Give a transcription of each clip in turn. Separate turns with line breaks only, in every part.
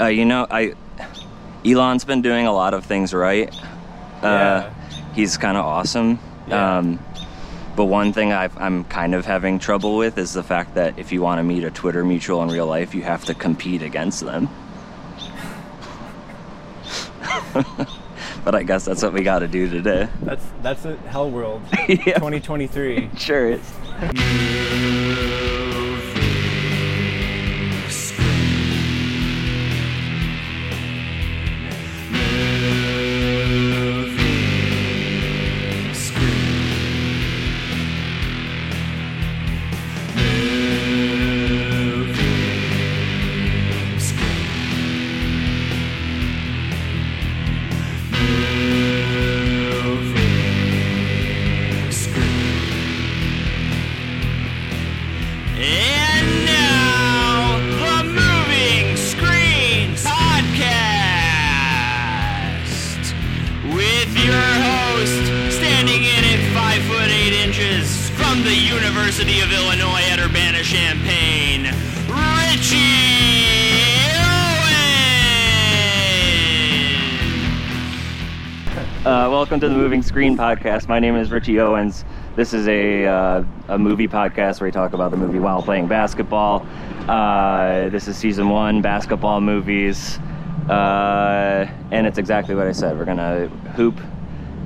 Uh, you know, I Elon's been doing a lot of things right. Uh, He's kind of awesome.
Yeah.
Um, but one thing I've, I'm kind of having trouble with is the fact that if you want to meet a Twitter mutual in real life, you have to compete against them. but I guess that's what we got to do today.
That's that's a hell world.
Yeah.
2023.
Sure is.
And now, the Moving Screen Podcast with your host, standing in at five foot eight inches from the University of Illinois at Urbana Champaign, Richie Owens.
Uh, welcome to the Moving Screen Podcast. My name is Richie Owens. This is a, uh, a movie podcast where we talk about the movie while playing basketball. Uh, this is season one, basketball movies. Uh, and it's exactly what I said. We're going to hoop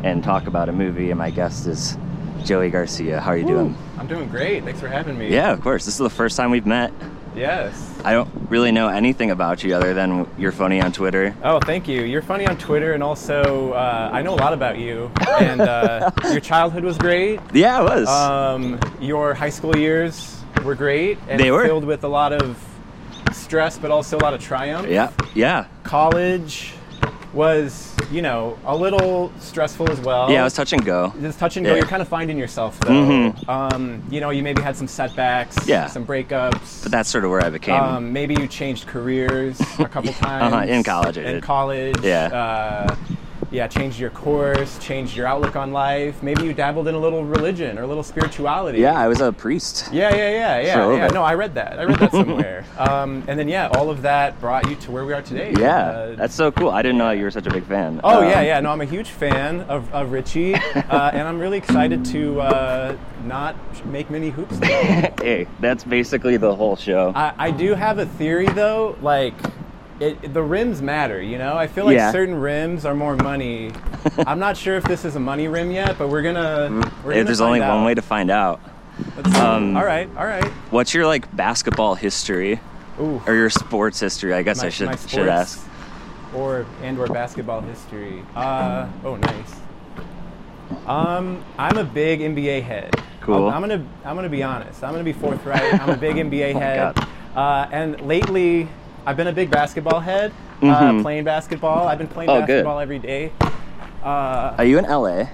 and talk about a movie, and my guest is Joey Garcia. How are you doing?
I'm doing great. Thanks for having me.
Yeah, of course. This is the first time we've met.
Yes.
I don't really know anything about you other than you're funny on Twitter.
Oh, thank you. You're funny on Twitter, and also uh, I know a lot about you. And uh, your childhood was great.
Yeah, it was.
Um, your high school years were great. And
They were.
filled with a lot of stress, but also a lot of triumph.
yeah, yeah.
College was, you know, a little stressful as well.
Yeah, it was touch and go.
It's touch and go.
Yeah. Mm-hmm.
You're kind of finding yourself, though. Um, you know, you maybe had some setbacks,
Yeah.
some breakups.
But that's sort of where I became.
um, maybe you changed careers a couple times.
uh-huh, in college I
In
did.
college.
Yeah.
Uh, yeah, changed your course, changed your outlook on life. Maybe you dabbled in a little religion or a little spirituality.
yeah, I was a priest.
Yeah, yeah, yeah, yeah.
For a little
yeah.
bit.
No, I read that. I read that somewhere. um, and then, yeah, all of that brought you to where we are today.
Yeah,
Uh,
that's so cool. I didn't know that you were such a big fan.
Oh yeah,
Um,
yeah. No, I'm a huge fan of, of Richie, uh, and I'm really excited to uh, not make many hoops. Though.
Hey, that's basically the whole show.
I, I do have a theory though, like. It, the rims matter, you know. I feel like
Yeah.
certain rims are more money. I'm not sure if this is a money rim yet, but we're
Hey,
gonna. We're gonna
Mm-hmm. there's only
find out.
one way to find out.
Let's-
um,
all right, all right.
What's your like basketball history
Ooh,
or your sports history? I guess
my-
I should
my
should
sports
ask.
Or and or basketball history. Uh, oh, nice. Um, I'm a big NBA head.
Cool.
I'm, I'm gonna I'm gonna be honest. I'm gonna be forthright. I'm a big NBA
Oh my
head.
God.
Uh, and lately, I've been a big basketball head. Uh,
Mhm.
playing basketball. I've been playing
Oh, good.
basketball every day. Uh,
Are you in LA?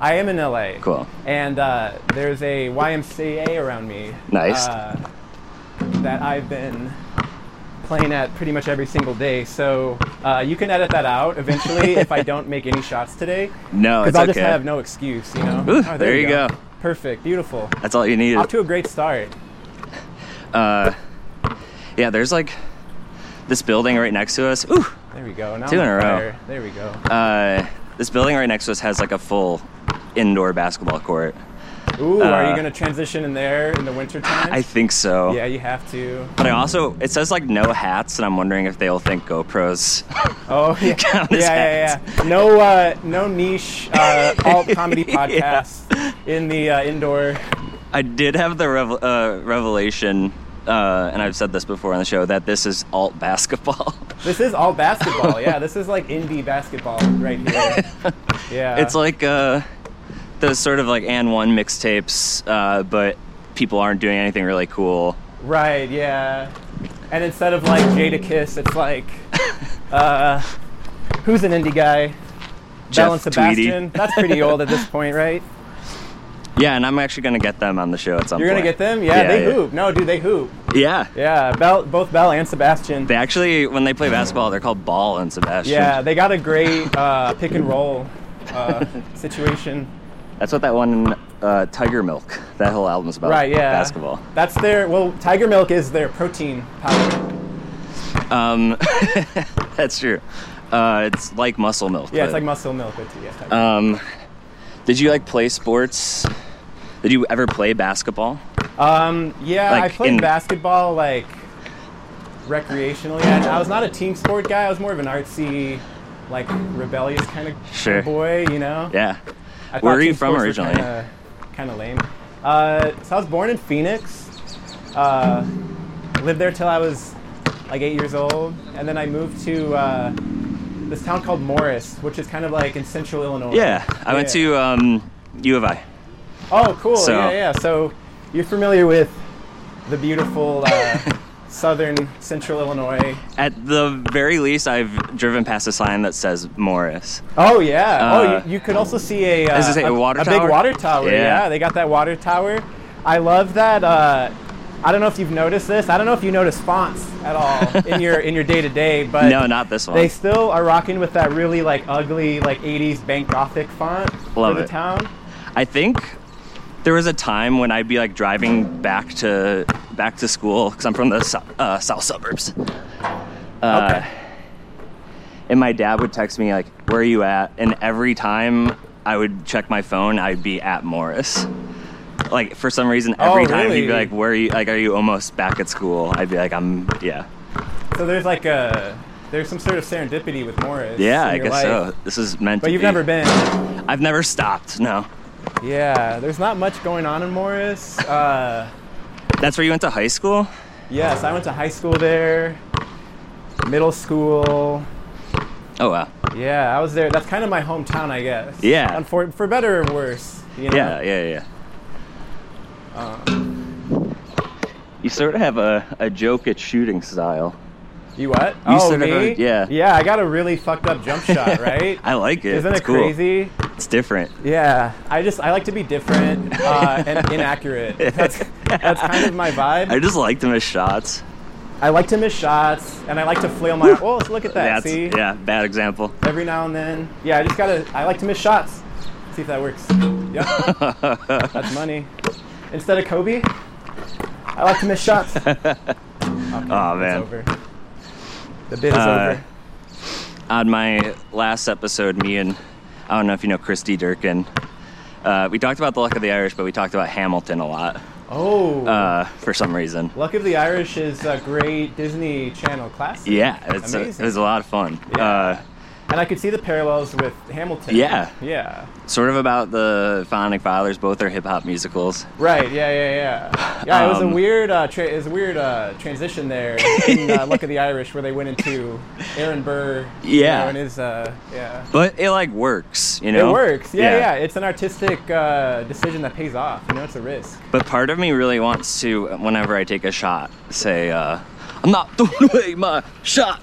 I am in LA.
Cool.
And uh, there's a YMCA around me.
Nice.
Uh, that I've been playing at pretty much every single day. So uh, you can edit that out eventually if I don't make any shots today.
No,
Because
it's
I'll just
okay.
have no excuse, you know.
Ooh, there you go.
Perfect. Beautiful.
That's all you needed.
Off to a great start.
uh, yeah, there's like this building right next to us. Ooh,
There we go. Now
Two in
I'm
a
on
row.
fire. There we go.
uh, this building right next to us has like a full indoor basketball court.
Ooh, are
uh,
you gonna transition in there in the wintertime?
I think so.
yeah, you have to.
But I also it says like no hats, and I'm wondering if they'll think GoPros.
Oh yeah, yeah,
Count as
yeah, yeah. No, uh, no niche uh, alt comedy podcast in the uh, indoor.
I did have the revel- uh, revelation, uh, and I've said this before on the show, that this is alt basketball.
This is all basketball. Yeah, this is like indie basketball right here. Yeah,
it's like uh, those sort of like and one mixtapes, uh, but people aren't doing anything really cool.
right. Yeah, and instead of like Jada Kiss, it's like uh, who's an indie guy?
Jeff
Bell and
Tweedy.
Sebastian. That's pretty old at this point, right?
Yeah, and I'm actually gonna get them on the show at some
You're gonna
point.
get them. Yeah, they hoop. No, dude, they hoop.
Yeah.
Yeah, Bell, both Bell and Sebastian.
They actually, when they play basketball, they're called Ball and Sebastian.
Yeah, they got a great uh, pick and roll uh, situation.
That's what that one, uh, Tiger Milk, that whole album's about.
Right, yeah.
Oh, Basketball.
That's their, well, Tiger Milk is their protein powder.
Um, that's true. Uh, it's like muscle milk.
Yeah, it's
but-
like muscle milk with tea. Yes, I-
Um, did you like play sports? Did you ever play basketball?
um, yeah, I
like
played
in-
basketball like recreationally. I, I was not a team sport guy. I was more of an artsy, like rebellious kind of
Sure.
boy. You know.
Yeah. Where
I thought
are you
team
from
sports were
originally?
kinda- Kind of lame. Uh, so I was born in Phoenix. Uh, lived there till I was like eight years old, and then I moved to uh, this town called Morris, which is kind of like in central Illinois.
Yeah, I went
Yeah.
to um, U of I.
Oh, cool.
So-
Yeah, yeah. So you're familiar with the beautiful uh, southern central Illinois.
At the very least, I've driven past a sign that says Morris.
Oh yeah.
Uh,
oh, you, you could also see a uh,
Is this a water tower?
big water tower.
Yeah.
Yeah. they got that water tower. I love that. Uh, I don't know if you've noticed this. I don't know if you notice fonts at all in your in your day to day, but
No, not this one.
They still are rocking with that really like ugly like 80s bank gothic font
Love
for the
it.
town.
I think there was a time when I'd be like driving back to back to school because I'm from the sou- uh, south suburbs. Uh,
Okay.
And my dad would text me like, "Where are you at?" And every time I would check my phone, I'd be at Morris. Like for some reason,
Oh,
every time he'd be
really?
like, "Where are you? Like, are you almost back at school?" I'd be like, "I'm yeah,
So there's like a there's some sort of serendipity with Morris.
yeah."
in
I
your
guess
life.
so. This is meant.
But
to
you've
be.
never been.
I've never stopped. No,
Yeah, there's not much going on in Morris. Uh,
that's where you went to high school.
yes, I went to high school there, middle school.
Oh wow.
Yeah, I was there. That's kind of my hometown, I guess.
Yeah.
And For, for better or worse, you know?
Yeah, yeah, yeah.
uh,
you sort of have a, a joke at shooting style.
You what?
You
oh,
said it
me?
earlied- yeah.
Yeah, I got a really fucked up jump shot, right?
I like it.
Isn't
it's
it
cool.
crazy?
It's different.
Yeah, I just I like to be different uh, and inaccurate. That's that's kind of my vibe.
I just like to miss shots.
I like to miss shots, and I like to flail my. Oh, look at that!
That's
see,
yeah, bad example.
every now and then. Yeah, I just gotta. I like to miss shots. See if that works. Yep, that's money. Instead of Kobe, I like to miss shots. Okay,
Aw,
it's
Oh, man.
over. The bit is
Uh,
over.
On my last episode, me and I don't know if you know Christy Durkin. Uh, we talked about the luck of the Irish, but we talked about Hamilton a lot
Oh,
uh, for some reason.
Luck of the Irish is a great Disney Channel classic.
Yeah, it's a, it
Amazing.
was a lot of fun.
Yeah.
Uh,
and I could see the parallels with Hamilton.
Yeah.
yeah.
sort of about the founding fathers. Both are hip hop musicals.
Right. Yeah. Yeah. Yeah. Yeah. it was a
Um,
weird. Uh, tra- it was a weird uh, transition there in uh, Luck of the Irish, where they went into Aaron Burr. you
Yeah.
know, and his. Uh, yeah.
But it like works, you know.
It works. Yeah, yeah. It's an artistic uh, decision that pays off. You know, it's a risk.
But part of me really wants to, whenever I take a shot, say, uh, "I'm not throwing away my shot."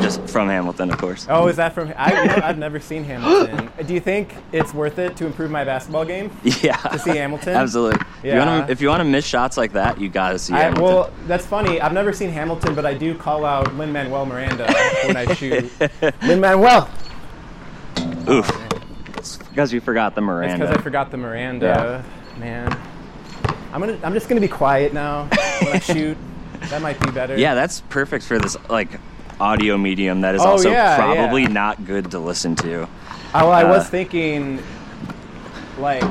Just from Hamilton, of course.
Oh, is that from? I, you know, I've never seen Hamilton. Do you think it's worth it to improve my basketball game?
Yeah.
To see Hamilton?
Absolutely. You
Yeah.
wanna, if you want to miss shots like that, you gotta see
I,
Hamilton.
well, that's funny. I've never seen Hamilton, but I do call out Lin Manuel Miranda when I shoot. Lin Manuel.
Oof. Because you forgot the
It's
Miranda.
because I forgot the Miranda. Man, I'm gonna. I'm just gonna be quiet now when I shoot. That might be better.
yeah, that's perfect for this like audio medium that is
Oh,
also
yeah,
probably
yeah.
not good to listen to.
I, well, I
Uh,
was thinking, like,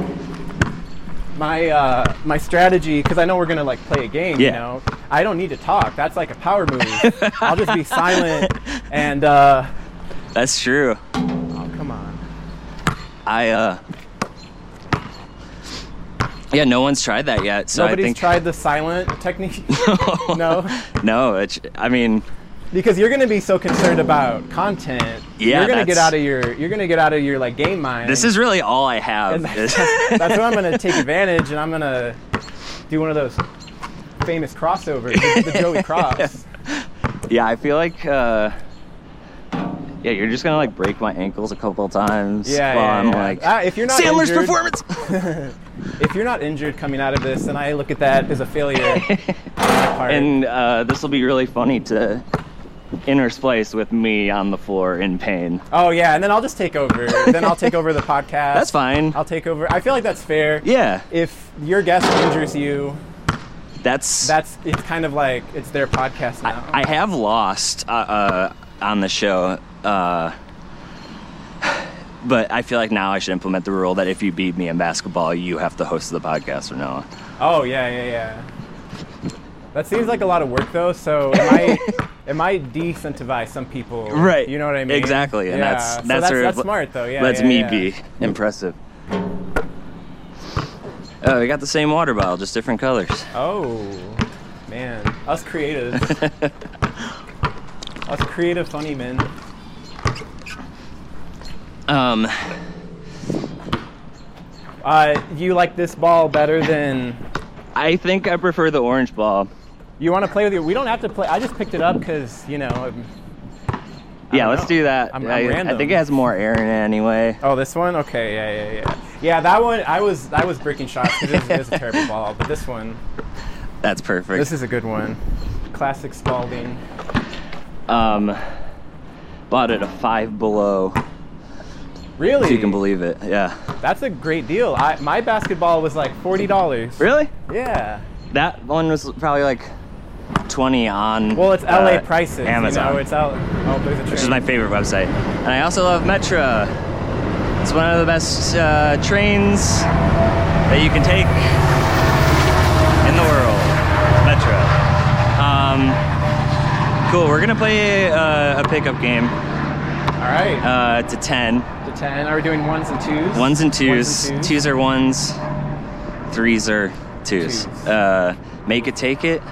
my uh, my strategy because I know we're gonna like play a game.
Yeah.
You know, I don't need to talk. That's like a power move. I'll just be silent and. Uh,
That's true.
oh come on.
I uh. Yeah, no one's tried that yet, so
Nobody's
I think
tried the silent technique. no.
no. It's, I mean,
because you're going to be so concerned about content.
Yeah,
you're going to
that's-
get out of your you're going to get out of your like game mind.
This is really all I have.
And that's,
is-
that's what I'm going to take advantage, and I'm going to do one of those famous crossovers, the, the Joey Cross.
yeah, I feel like. Uh, yeah, you're just gonna like break my ankles a couple times.
Yeah,
while
yeah,
I'm
yeah.
like
Ah, if you're not
Sandler's
injured-
performance.
If you're not injured coming out of this, then I look at that as a failure. on my part.
and uh, this will be really funny to intersplice with me on the floor in pain.
oh yeah, and then I'll just take over. then I'll take over the podcast.
That's fine.
I'll take over. I feel like that's fair.
yeah.
If your guest injures you,
That's
That's it's kind of like it's their podcast now.
I have lost uh, uh, on the show, uh, but I feel like now I should implement the rule that if you beat me in basketball, you have to host the podcast from now on.
oh yeah, yeah, yeah. That seems like a lot of work though. So it might it might disincentivize some people.
Right.
You know what I mean?
Exactly, and
Yeah,
that's
so
that's sort of
that's smart though. Yeah.
lets
yeah,
me
yeah.
be impressive. Oh, we got the same water bottle, just different colors.
Oh man, us creative, us creative funny men.
Um,
Uh, you like this ball better than
I think I prefer the orange ball.
you want to play with your? We don't have to play. I just picked it up because you know. I'm- I
Yeah,
don't
let's
know.
do that.
I'm- I'm
I- I
random.
think it has more air in it anyway.
Oh, this one? Okay, yeah, yeah, yeah. Yeah, that one. I was I was breaking shots because it, was- it was a terrible ball, but this one,
That's perfect.
this is a good one. Classic Spalding.
um, bought it a five below.
Really?
If you can believe it, yeah.
That's a great deal. I, my basketball was like forty dollars.
Really?
Yeah.
That one was probably like 20 on.
Well, it's LA
uh,
prices. you know,
Amazon,
it's out. Oh, there's a train.
which is my favorite website, and I also love Metra. It's one of the best uh, trains that you can take in the world. Metra. Um, cool. We're gonna play uh, a pickup game
All right.
uh, to 10.
to ten. Are we doing ones and twos?
Ones and twos.
Ones and
Twos are ones. Threes are twos.
Twos.
Uh, make it, take it.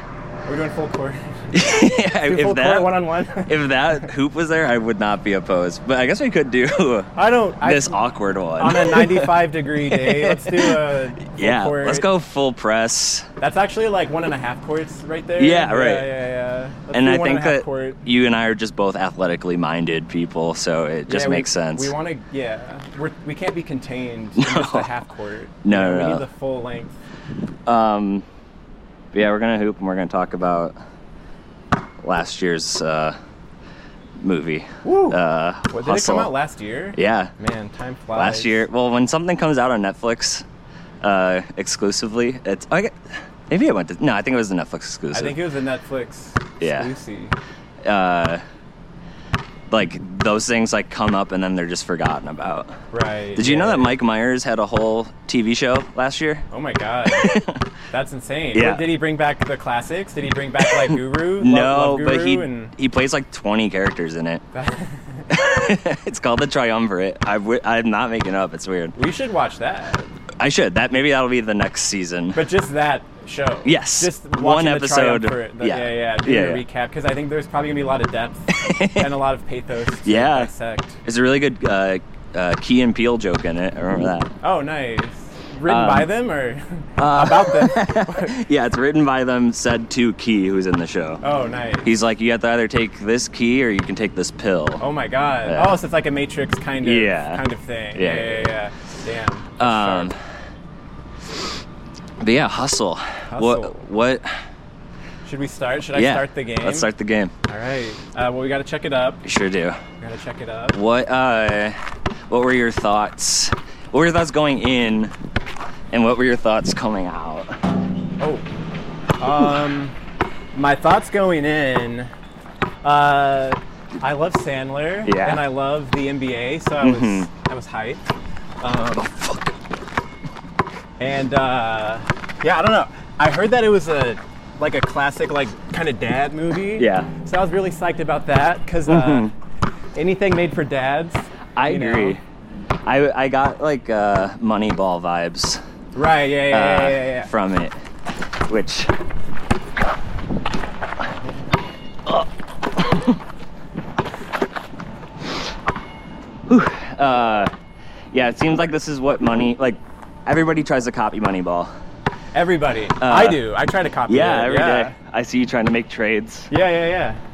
We're doing full court. Do full
if
court
that
one on one.
if that hoop was there, I would not be opposed. But I guess we could do
I don't. I,
this awkward one.
on a 95 degree day. Let's do a full
yeah,
court.
let's go full press.
That's actually like one and a half courts right there.
Yeah, right.
Yeah, yeah, yeah. Let's
and
do
I
one
think
a half
that
court.
you and I are just both athletically minded people, so it just
Yeah, we-
makes sense.
We want to, yeah. We're, we can't be contained in just
No.
the half court.
No,
You
no,
know, We
no.
need the full length.
um, but yeah, we're gonna hoop and we're gonna talk about last year's uh, movie.
Woo!
Uh,
What, did
Hustle.
it come out last year?
Yeah.
Man, time flies.
last year. Well, when something comes out on Netflix uh, exclusively, it's I get, maybe it went to no, I think it was a Netflix exclusive.
I think it was a Netflix
Yeah.
exclusive.
uh, like those things like come up and then they're just forgotten about.
Right.
Did you know
yeah.
that Mike Myers had a whole TV show last year?
Oh my god. That's insane.
Yeah.
Did he bring back the classics? Did he bring back like Guru? Love-
no,
Love Guru
but he
and
he plays like 20 characters in it. it's called the Triumvirate. I w- I'm not making up. It's weird.
we should watch that.
I should that maybe that'll be the next season.
But just that show.
Yes.
Just
One
watching the
episode.
triumvirate, the-
Yeah.
yeah. yeah, yeah. Doing
Yeah,
a
yeah.
recap because I think there's probably gonna be a lot of depth and a lot of pathos. To
Yeah.
Dissect.
There's a really good uh, uh, Key and Peele joke in it. I remember that.
Oh, nice. Written
Um, uh,
by them or about them?
Yeah, it's written by them, said to Key, who's in the show.
oh, nice.
He's like, you have to either take this key or you can take this pill.
oh my god.
Yeah.
Oh, so it's like a Matrix kind of
Yeah.
kind of thing.
Yeah,
Yeah, yeah,
yeah,
yeah. Damn. That's
um,
sharp.
but yeah, hustle.
Hustle.
What? What?
Should we start? Should I
yeah.
start the game?
Let's start the game.
All right. Uh, well, we gotta check it up.
You Sure do.
We gotta check it up.
What? Uh, what were your thoughts? What were your thoughts going in, and what were your thoughts coming out?
Oh. Um, my thoughts going in. Uh, I love Sandler.
Yeah.
And I love the NBA, so I was
Mhm.
I was hyped. Um, and uh, yeah, I don't know. I heard that it was a like a classic, like kind of dad movie.
Yeah.
So I was really psyched about that because uh,
Mhm.
anything made for dads.
I
you know?
agree. I I got like uh, Moneyball vibes
Right. Yeah.
uh,
Yeah. yeah, yeah. yeah.
from it, which. Whew, uh, yeah, it seems like this is what money like. Everybody tries to copy Moneyball.
Everybody. I do. I try to copy.
Uh, Yeah,
it.
every day.
yeah.
I see you trying to make trades.
Yeah. Yeah.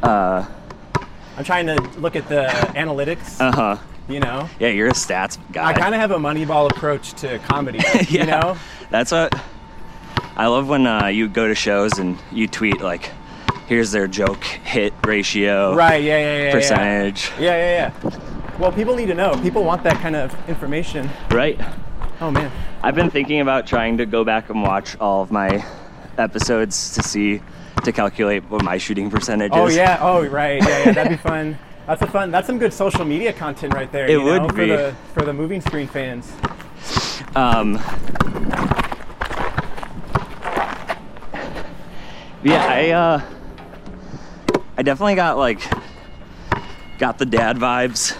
Yeah.
Uh
I'm trying to look at the analytics,
huh.
you know.
Uh-huh. Yeah, you're a stats guy.
I kind of have a Moneyball approach to comedy, you know.
That's what I love when uh, you go to shows and you tweet like, "Here's their joke hit ratio,
Right? Yeah, yeah, yeah, yeah.
percentage,
Yeah, yeah, yeah. Well, people need to know. People want that kind of information.
right?"
Oh man.
I've been thinking about trying to go back and watch all of my episodes to see to calculate what my shooting percentage
Oh
is.
yeah. Oh right. Yeah, yeah. That'd be fun. That's a fun. That's some good social media content right there.
It
you know,
would
for
be.
the for the moving screen fans.
Um, yeah, I uh, I definitely got like got the dad vibes.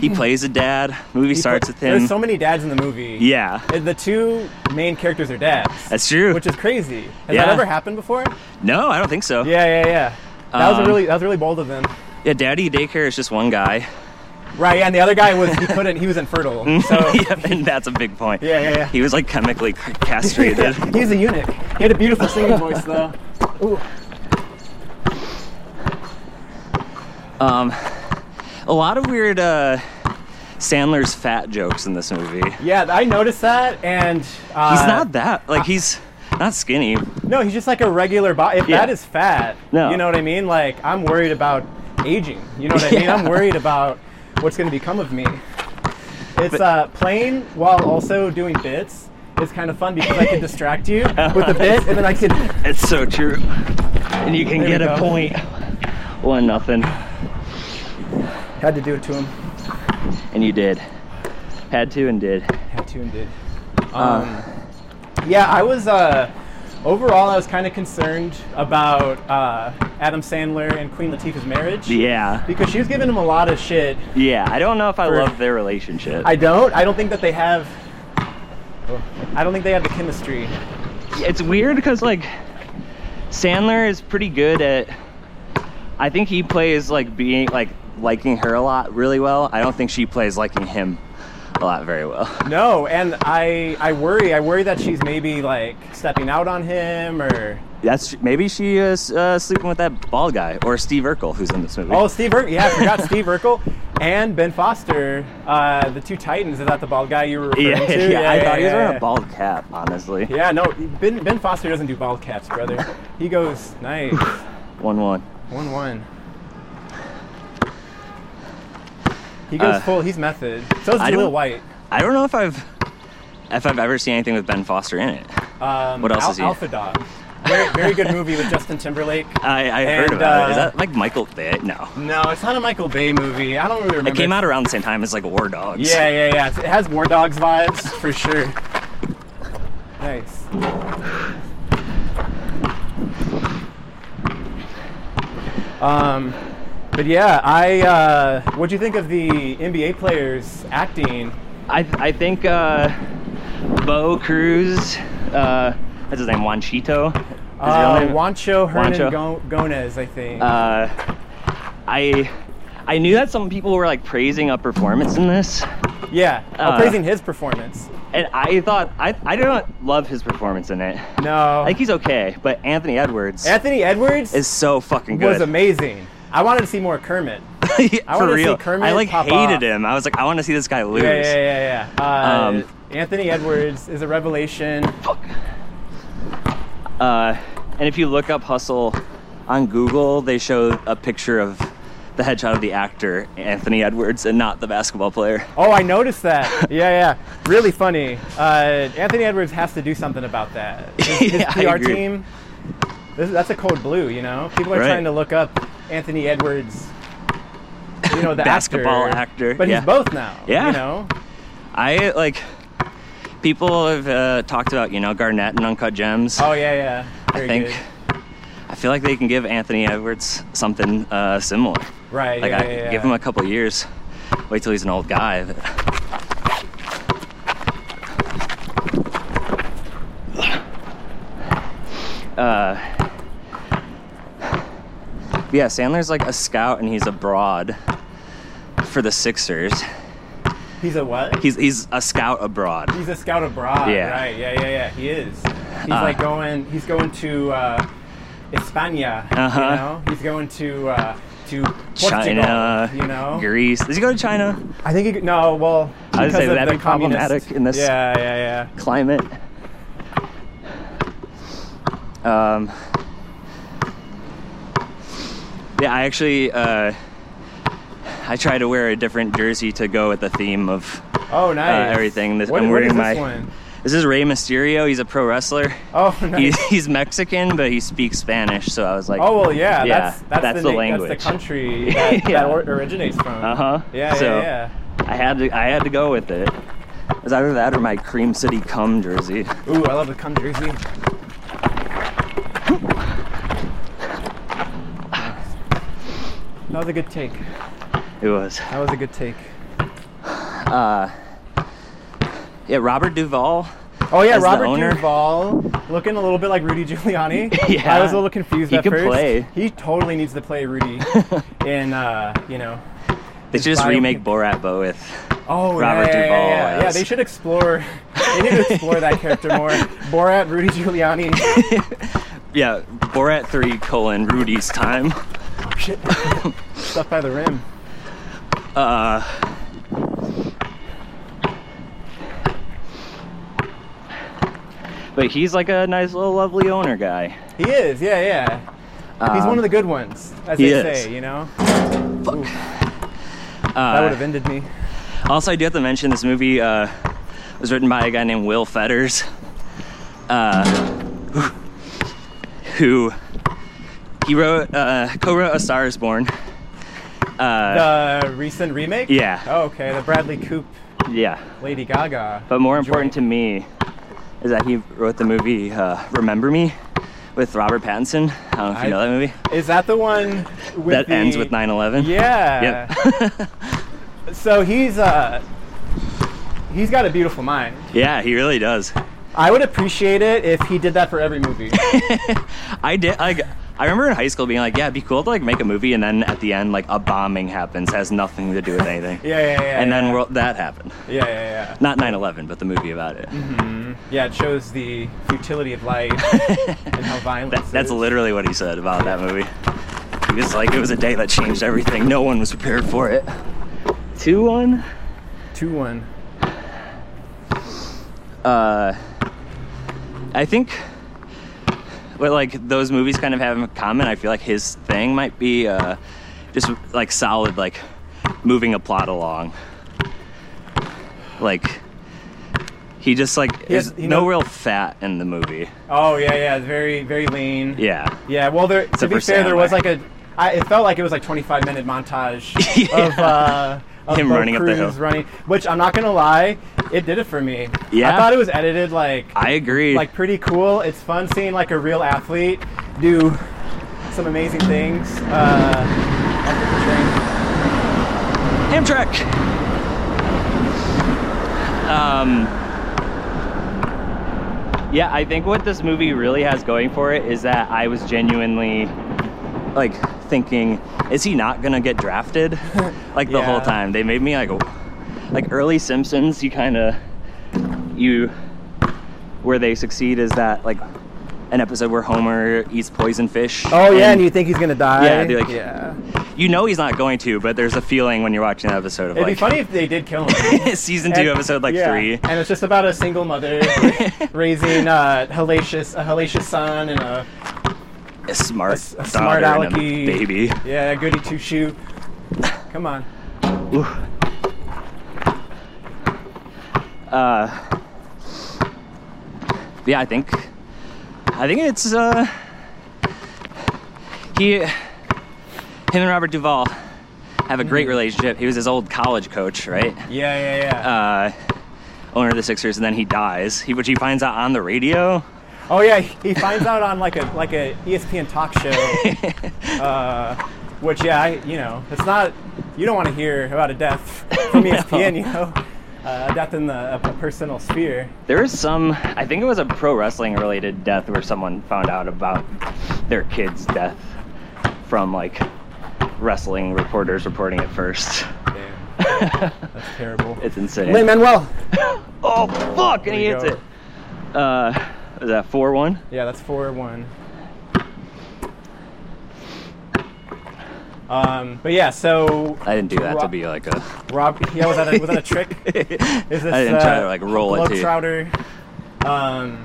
He plays a dad. Movie starts with him.
Hmm. There's so many dads in the movie.
yeah,
And The two main characters are dads.
that's true.
which is crazy. Has that
Yeah.
ever happened before?
no, I don't think so.
Yeah, yeah, yeah. That was
Um,
a really that was really bold of them.
Yeah, daddy daycare is just one guy.
Right, yeah, and the other guy was he couldn't he was infertile. So
Yep, and that's a big point.
Yeah, yeah, yeah.
He was like chemically c- castrated.
he was a eunuch. He had a beautiful singing voice though. Ooh.
um, a lot of weird uh, Sandler's fat jokes in this movie. He's
Yeah, I noticed that and uh,
not that like he's not skinny.
No, he's just like a regular body. If
Yeah.
that is fat,
No.
you know what I mean? Like, I'm worried about aging. You know what I mean?
Yeah.
I'm worried about what's going to become of me. It's uh, playing while also doing bits. It's kind of fun because I can distract you with the bit, and then I can.
It's so true. And you can
There
get
we
a
go.
point. One nothing.
Had to do it to him.
And you did. Had to and did.
Had to and did. Um,
Uh.
yeah, I was. Uh, overall, I was kind of concerned about uh, Adam Sandler and Queen Latifah's marriage.
Yeah.
Because she was giving him a lot of shit
Yeah. I don't know if I
For-
love their relationship.
I don't. I don't think that they have. I don't think they have the chemistry.
it's weird because like Sandler is pretty good at. I think he plays like being like liking her a lot really well. I don't think she plays liking him a lot very well.
No, and I I worry. I worry that she's maybe like stepping out on him or
That's maybe she is uh, sleeping with that bald guy or Steve Urkel who's in this movie.
oh Steve Urkel. Yeah, I forgot Steve Urkel and Ben Foster, uh, the two Titans. Is that the bald guy you were referring
yeah,
to?
yeah, I thought he was wearing
yeah.
a bald cap, honestly.
Yeah, no, Ben Ben Foster doesn't do bald caps, brother. He goes nice
One one.
one one. He goes
Uh,
full. He's method. So is
I
Lil
don't-
White.
I don't know if I've if I've ever seen anything with Ben Foster in it.
Um,
What else
Al-
is he?
Alpha Dog. Very, very good movie with Justin Timberlake.
I, I heard
And,
about it. Is
uh,
that like Michael Bay? No.
No, it's not a Michael Bay movie. I don't really remember.
It came out around the same time as like War Dogs.
Yeah, yeah, yeah. It has War Dogs vibes for sure. Nice. Um, but yeah, I. Uh, what'd you think of the NBA players acting?
I, I think uh, Bo Cruz, uh, that's his name, Juanchito. is his
Uh,
real name?
Juancho Hernan
Juancho.
Go- Gomez, I think.
Uh, I I knew that some people were like praising a performance in this,
yeah,
uh,
oh, praising his performance.
and I thought I I don't love his performance in it.
No,
I think he's okay, but Anthony Edwards
Anthony Edwards
is so fucking
was
good.
amazing. I wanted to see more Kermit. I
For
wanna see
real,
Kermit
I like
pop
hated
off.
him. I was like, I want to see this guy lose.
Yeah, yeah, yeah, yeah. Uh,
Um,
Anthony Edwards is a revelation.
Uh, and if you look up Hustle on Google, they show a picture of the headshot of the actor, Anthony Edwards, and not the basketball player.
Oh, I noticed that. yeah, yeah. Really funny. Uh, Anthony Edwards has to do something about that. His, his
Yeah, I
PR
agree.
team, this, that's a code blue, you know? People are
Right.
trying to look up Anthony Edwards, you know, the
Basketball actor,
But
yeah.
he's both now.
Yeah.
You know?
I like. People have uh, talked about, you know, Garnett and Uncut Gems.
Oh, yeah, yeah. Very
I think.
good.
I feel like they can give Anthony Edwards something uh, similar.
Right.
Like,
yeah,
I
yeah, yeah.
give him a couple years. Wait till he's an old guy. Uh, yeah, Sandler's like a scout and he's abroad for the Sixers.
He's a what?
He's he's a scout abroad.
He's a scout abroad,
Yeah.
right? Yeah, yeah, yeah. He is. He's
Uh.
like going. He's going to uh, España.
Uh-huh.
You know, he's going to uh, to Portugal.
China,
you know,
Greece. Did he go to China?
I think. He, could- no, well,
I would
because
say
of
that'd
the
be
communist-
problematic in this-
Yeah, yeah, yeah.
climate. Um, yeah, I actually uh, I try to wear a different jersey to go with the theme of
Oh, nice.
Uh, everything. This-
What-
I'm
what
wearing
is
my-
This one?
This is Rey Mysterio. He's a pro wrestler.
Oh, nice.
He's, he's Mexican, but he speaks Spanish. So I was like,
Oh well, yeah,
Yeah,
that's that's,
that's
the,
the
na-
language.
That's the country that,
Yeah.
that or- originates from.
Uh huh.
Yeah,
so
yeah, yeah.
I had to I had to go with it. It was either that or my Cream City cum jersey.
Ooh, I love the cum jersey. That was a good take.
It was.
That was a good take.
Uh, yeah, Robert Duvall.
Oh yeah,
As the
Robert
owner?
Duvall, looking a little bit like Rudy Giuliani.
Yeah.
I was a little confused
He
at
could
first.
play.
He totally needs to play Rudy in, uh, you know.
They should just
bio-
remake Borat, but with
Oh,
Robert
yeah,
Duvall
yeah, Yeah, yeah. yeah,
as-
they should explore. They need to explore that character more. Borat, Rudy Giuliani.
yeah, Borat three colon Rudy's time.
Shit. Stuff by the rim.
Uh, but he's like a nice little lovely owner guy.
He is. Yeah, yeah. He's
Um,
one of the good ones, as
he
they
is.
say. You know. That would
Uh,
have ended me.
also, I do have to mention this movie uh, was written by a guy named Will Fetters, uh, who he wrote uh, co-wrote A Star Is Born. Uh,
The recent remake.
yeah.
Oh, okay. The Bradley Coop,
Yeah.
Lady Gaga.
But more important to me is that he wrote the movie uh, Remember Me with Robert Pattinson. I don't know if you
I-
know that movie.
Is that the one with
that ends
the-
with 9 11.
Yeah.
Yep.
So he's uh he's got a beautiful mind.
yeah, he really does.
I would appreciate it if he did that for every movie.
I did, like, I remember in high school being like, yeah, it'd be cool to, like, make a movie, and then at the end, like, a bombing happens, has nothing to do with anything.
Yeah, yeah, yeah.
and
yeah.
then world, that happened.
yeah, yeah, yeah.
Not 9 11, but the movie about it.
Mm-hmm. Yeah, it shows the futility of life and how violent.
That, that's literally what he said about that movie. He was like, it was a day that changed everything. No one was prepared for it. 2 1?
two one.
uh, I think what like those movies kind of have in common. I feel like his thing might be uh, just like solid, like moving a plot along. Like he just like
He has-
there's
he
no
knows-
real fat in the movie.
Oh yeah, yeah. It's very very lean.
Yeah,
Yeah. Well, there to
Except
be
for
fair, there was
Sandler.
like a. I, it felt like it was like 25 minute montage
Yeah.
of, uh, of
Him
Bo
running up the
Cruz
hill.
running, which I'm not gonna lie, it did it for me.
Yeah?
I thought it was edited like
I agree.
like pretty cool. It's fun seeing like a real athlete do some amazing things. Uh,
Amtrak. Um, yeah, I think what this movie really has going for it is that I was genuinely like thinking, is he not gonna get drafted? like the whole
Yeah.
time, they made me like, w- like early Simpsons. You kind of you where they succeed is that like an episode where Homer eats poison fish.
Oh, think he's gonna die?
Yeah, dude, like-
yeah.
you know he's not going to, but there's a feeling when you're watching that episode of
It'd be
like
funny if they did kill him.
season two,
And-
episode like
yeah,
three.
and it's just about a single mother raising uh, hellacious, a hellacious son and a,
A smart,
s- a
daughter
smart
and a
alecky
baby.
Yeah, a goody two shoe. Come on.
Ooh. Uh, yeah, I think, I think it's uh, he, him and Robert Duvall have a
Mm.
great relationship. He was his old college coach, right?
Yeah, yeah, yeah.
Uh, owner of the Sixers, and then he dies, he, which he finds out on the radio.
oh yeah, he finds out on like a like a E ESPN talk show. uh, which yeah, I, you know, it's not. You don't want to hear about a death from E
No.
ESPN, you know, uh, a death in the a, a personal sphere.
There was some, I think it was a pro wrestling related death where someone found out about their kid's death from like wrestling reporters reporting it first.
Damn, that's terrible.
It's insane.
Manuel.
Oh, fuck! And he
There
hits
we
it. Uh, is that 4 1?
Yeah, that's four one. Um, but yeah, so
I didn't do that to
Rob-
be like a.
Rob, yeah, was that a, was that a trick? Is this
I didn't
uh,
try to like roll it to you.
Globetrotter, um,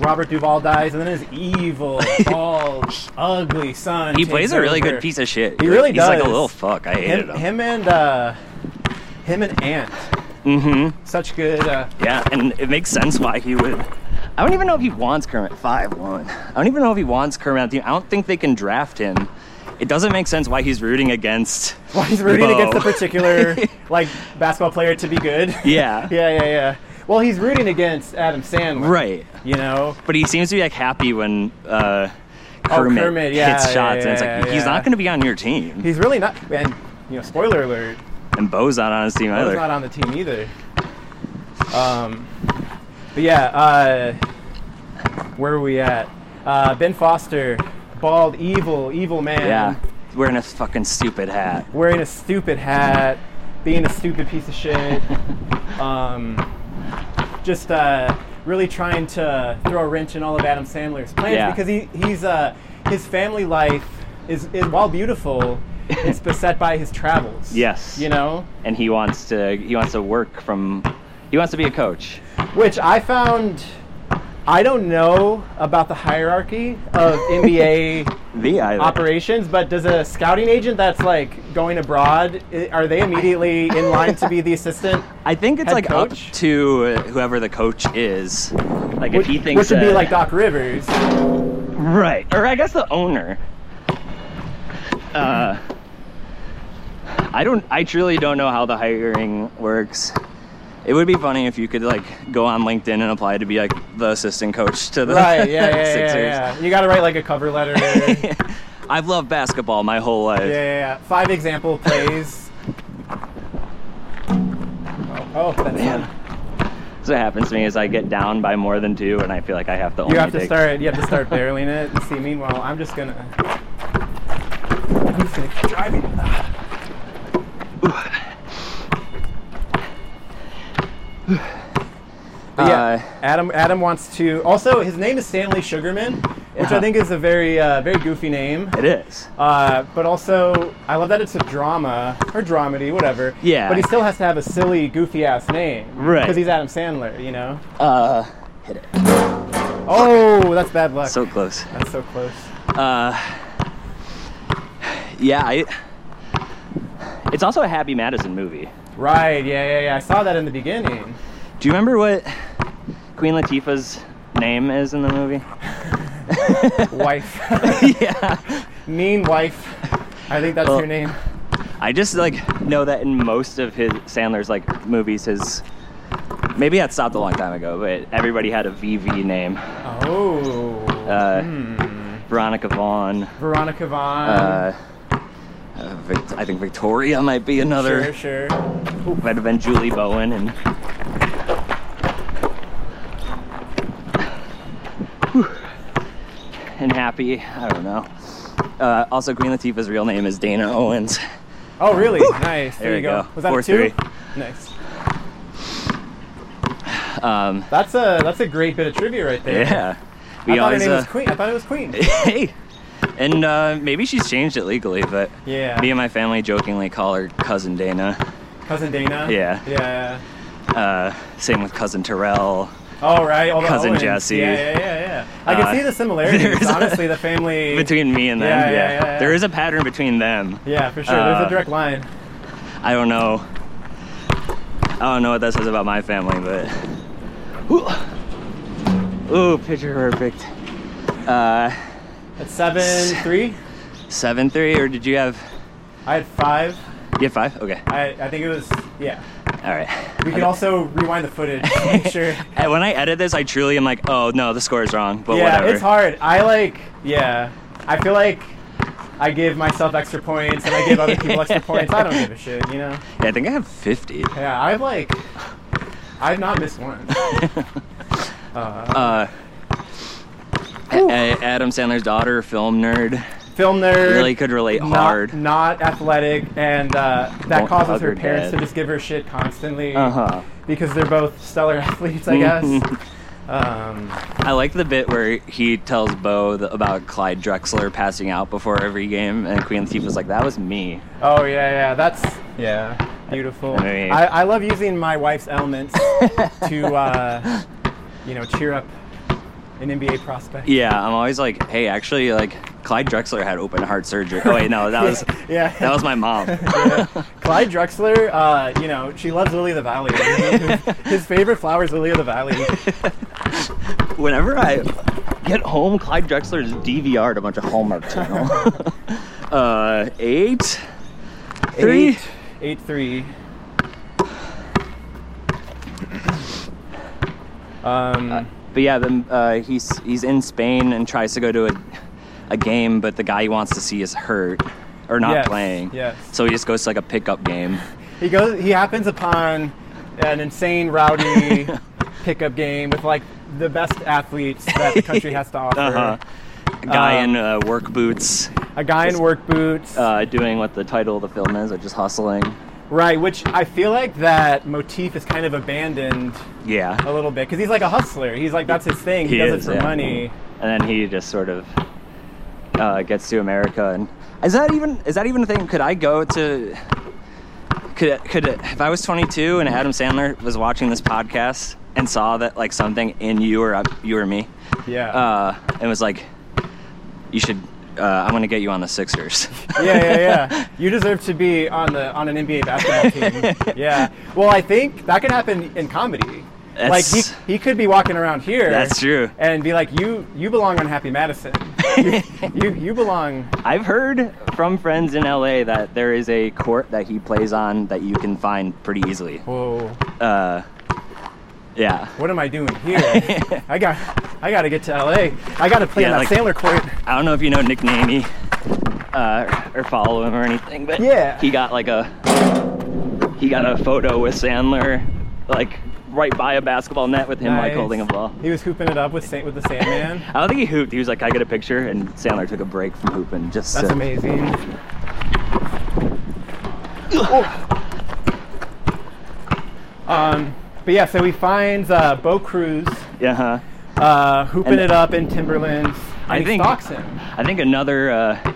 Robert Duvall dies, and then his evil, bald, ugly son.
He
takes
plays a really
over.
good piece of shit.
He really
He's like a
does.
little fuck. I hated
Him,
him.
him and uh, him and Ant
Mm-hmm.
Such good. Uh,
Yeah, and it makes sense why he would. I don't even know if he wants Kermit five one. I don't even know if he wants Kermit on the team. I don't think they can draft him. It doesn't make sense why he's rooting against.
why he's rooting
Bo.
against a particular like basketball player to be good.
Yeah.
yeah, yeah, yeah. Well, he's rooting against Adam Sandler.
Right.
You know.
But he seems to be like happy when uh,
Oh,
Kermit,
Kermit, yeah,
hits
yeah,
shots, and it's
yeah,
like he's
yeah.
not going to be on your team,
He's really not. And you know, spoiler alert.
and Bo's not on his team
Bo's
either.
not on the team either. Um, but yeah, uh, where were we at? Uh, ben Foster, bald, evil, evil man,
yeah, wearing a fucking stupid hat.
wearing a stupid hat, being a stupid piece of shit, um, just uh, really trying to throw a wrench in all of Adam Sandler's plans
Yeah.
because he, he's uh, his family life is, is while beautiful, it's beset by his travels.
Yes.
you know.
and he wants to he wants to work from he wants to be a coach.
Which I found, I don't know about the hierarchy of NBA
The either.
operations, but does a scouting agent that's like going abroad, i- are they immediately in line to be the assistant?
I think it's
Head
like
coach?
up to uh, whoever the coach is. Like if
Which,
he thinks
which would be
that-
like Doc Rivers.
right, or I guess the owner. Uh, I don't. I truly don't know how the hiring works. It would be funny if you could like go on LinkedIn and apply to be like the assistant coach to the
Right, yeah, yeah, yeah,
Sixers.
yeah. You got to write like a cover letter. yeah, yeah,
I've loved basketball my whole life.
yeah. Five example plays. Oh, oh that's
Man.
fun.
So what happens to me is I get down by more than two, and I feel like I have to. Only
You have to
take-
start. You have to start barreling it. And see, meanwhile, I'm just gonna. I'm just gonna keep driving. But
Uh,
yeah, Adam. Adam wants to. Also, his name is Stanley Sugarman, which
Yeah.
I think is a very, uh, very goofy name.
It is.
Uh, but also, I love that it's a drama or dramedy, whatever.
Yeah.
But he still has to have a silly, goofy ass name.
Right.
Because he's Adam Sandler, you know.
Uh, hit it.
Oh, that's bad luck.
So close.
that's so close.
Uh, yeah, I, it's also a Happy Madison movie.
Right, yeah, yeah, yeah. I saw that in the beginning.
Do you remember what Queen Latifah's name is in the movie?
Wife.
yeah.
mean wife. I think that's
Well-
her name.
I just like know that in most of his Sandler's like movies, his maybe that stopped a long time ago, but everybody had a VV name.
Oh.
Uh,
hmm.
Veronica Vaughn.
Veronica Vaughn.
Uh, uh, Vic- I think Victoria might be another.
Sure, sure.
Might have been Julie Bowen and. Whew. And happy, I don't know. Uh, also, Queen Latifah's real name is Dana Owens.
Oh, really? Nice. There,
There
you
we
go.
go.
Was that
Four,
a two?
three.
Nice.
Um,
That's a that's a great bit of trivia right there.
yeah,
I
we
thought her
always.
name was
uh,
Queen. I thought it was Queen.
hey, and uh, maybe she's changed it legally, but
Yeah.
me and my family jokingly call her cousin Dana.
Cousin Dana.
Yeah.
Yeah.
Uh, same with cousin Terrell.
All right. All the
Cousin
Owens.
Jesse.
Yeah, yeah, yeah, yeah. I
Uh,
can see the similarities.
there's a-
Honestly, the family.
Between me and them,
Yeah, yeah, yeah, yeah.
There is a pattern between them.
Yeah, for sure. There's
uh,
a direct line.
I don't know. I don't know what that says about my family, but. Ooh, Ooh picture perfect. Uh,
That's seven three.
seven three, or did you have?
I had five.
You had five. Okay.
I, I think it was yeah.
All right.
We can also rewind the footage. to Make sure.
And when I edit this, I truly am like, oh no, the score is wrong. But
yeah,
whatever.
it's hard. I like yeah. I feel like I give myself extra points and I give other people extra points. I don't give a shit, you know.
Yeah, I think I have fifty.
Yeah, I've like I've not missed one. Uh,
Uh, A- A- Adam Sandler's daughter, film nerd,
film nerd.
really could relate
not,
hard.
Not athletic, and uh, that
Won't hug
causes her
her
parents
dad.
to just give her shit constantly
Uh huh.
because they're both stellar athletes, I guess.
Mhm.
um,
I like the bit where he tells Bo th- about Clyde Drexler passing out before every game, and Queen Latifah's like, "That was me."
Oh yeah, yeah, that's yeah, beautiful.
I mean-
I, I love using my wife's elements to uh, you know cheer up an NBA prospect.
Yeah, I'm always like, "Hey, actually, like, Clyde Drexler had open heart surgery. Oh wait, no, that was
Yeah.
that was my mom.
Clyde Drexler, uh, you know, she loves Lily of the Valley. His favorite flower is Lily of the Valley.
Whenever I get home, Clyde Drexler's DVR'd a bunch of Hallmark Channel. uh, eight, three.
Eight, eight three.
Uh,
Um,
But yeah, then uh, he's he's in Spain and tries to go to a, a game, but the guy he wants to see is hurt or not
Yes,
playing.
yes.
So he just goes to like a pickup game.
he goes. He happens upon an insane rowdy pickup game with like the best athletes that the country has to offer.
Uh-huh. A guy
Um,
in uh, work boots,
A guy in
Just-
work boots.
uh, doing what the title of the film is, which is hustling.
Right, which I feel like that motif is kind of abandoned
Yeah.
a little bit because he's like a hustler. He's like that's his thing. Oh, He,
He
does
is,
it for
yeah.
money.
and then he just sort of uh, gets to America. And is that even is that even a thing? Could I go to? Could could if I was 22 and Adam Sandler was watching this podcast and saw that like something in you or up, you or me,
Yeah.
uh, and was like, you should. Uh, I'm gonna get you on the Sixers.
yeah, yeah, yeah. You deserve to be on the on an NBA basketball team. Yeah. Well, I think that could happen in comedy. like
That's-
he, he could be walking around here.
That's true.
And be like, you you belong on Happy Madison. you, you you belong.
I've heard from friends in LA that there is a court that he plays on that you can find pretty easily.
Whoa.
Uh, yeah.
What am I doing here? I got I got to get to LA. I got to play
Yeah,
on that
like-
Sandler court.
I don't know if you know Nick Namey uh, or follow him or anything, but
Yeah.
he got like a he got a photo with Sandler, like right by a basketball net with him like
Nice.
holding a ball.
He was hooping it up with Saint with the Sandman.
I don't think he hooped. He was like, "I get a picture," and Sandler took a break from hooping. Just
That's
to-
amazing. Um, but yeah, so he finds uh, Bo Cruz
Yeah. huh.
uh, hooping
And-
it up in Timberlands. And
I
he
think-
stalks him.
I think another uh,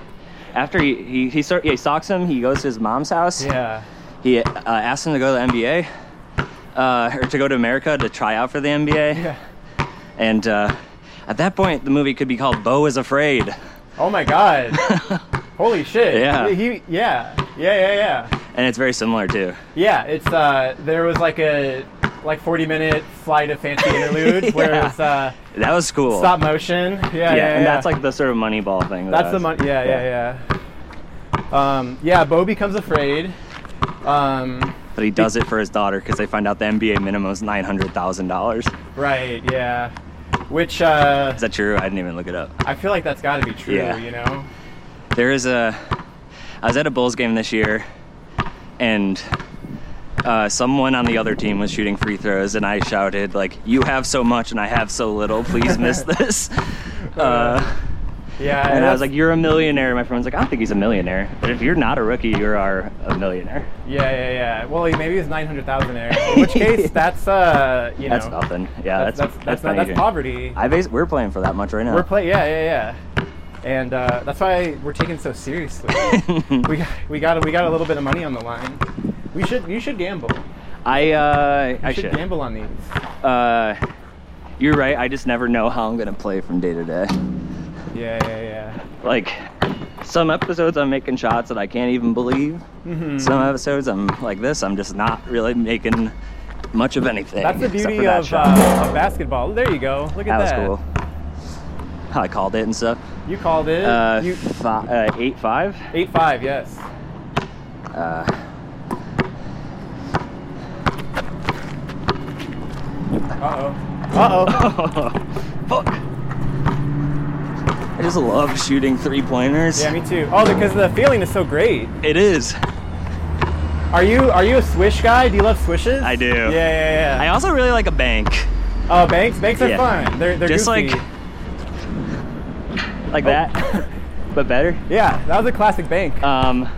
after he he he, start, yeah, he stalks him. He goes to his mom's house.
Yeah.
He uh, asks him to go to the NBA uh, or to go to America to try out for the NBA.
Yeah.
And uh, at that point, the movie could be called Bo is Afraid.
Oh my God. Holy shit.
Yeah.
He, yeah. Yeah. Yeah. Yeah.
And it's very similar, too.
Yeah. It's uh, there was like a like 40 minute flight of fancy interlude where
Yeah.
it's uh,
That was cool.
stop motion. Yeah. Yeah.
Yeah,
yeah
and that's like the sort of Moneyball thing. that I
That's the
was-
money. Yeah, yeah, yeah. Um, yeah, Bo becomes afraid. Um,
But he does it for his daughter because they find out the NBA minimum is $900,000.
right. Yeah. Which uh,
Is that true? I didn't even look it up.
I feel like that's got to be true.
Yeah.
You know.
There is a. I was at a Bulls game this year, and uh, someone on the other team was shooting free throws, and I shouted like, "You have so much, and I have so little. Please miss this." Uh,
Yeah.
and I was
that's-
like, "You're a millionaire." My friend's like, "I don't think he's a millionaire. But if you're not a rookie, you are a millionaire.
Yeah, yeah, yeah. Well, he maybe it's nine hundred thousand there. In which case, that's uh, you know.
That's nothing. Yeah,
That's
that's
that's, that's, not,
penny
that's
dream.
poverty.
I bas- we're playing for that much right now.
We're play. Yeah, yeah, yeah. And uh, that's why we're taken so seriously. we got we got we got a little bit of money on the line. We should you should gamble.
I uh,
You
I should.
gamble on these.
Uh, you're right. I just never know how I'm gonna play from day to day.
Yeah, yeah, yeah.
like some episodes I'm making shots that I can't even believe.
Hmm. Mm-hmm.
Some episodes I'm like this, I'm just not really making much of anything.
That's the
except for
beauty
that
of,
shot.
uh, of basketball. There you go. Look at
that was
that.
cool. How I called it and stuff.
You called it.
Uh,
you,
fi- uh, eight five.
eight five. Yes.
Uh,
Uh oh. Uh oh.
fuck. I just love shooting three pointers.
yeah, me too. Oh, because the feeling is so great.
it is.
Are you are you a swish guy? Do you love swishes?
I do.
Yeah, yeah,
I
yeah.
also really like a bank.
Oh, banks. Banks are
Yeah.
fun. They're they're
Just
goofy.
like-
Oh.
Like that, but better.
Yeah, that was a classic bank.
Um,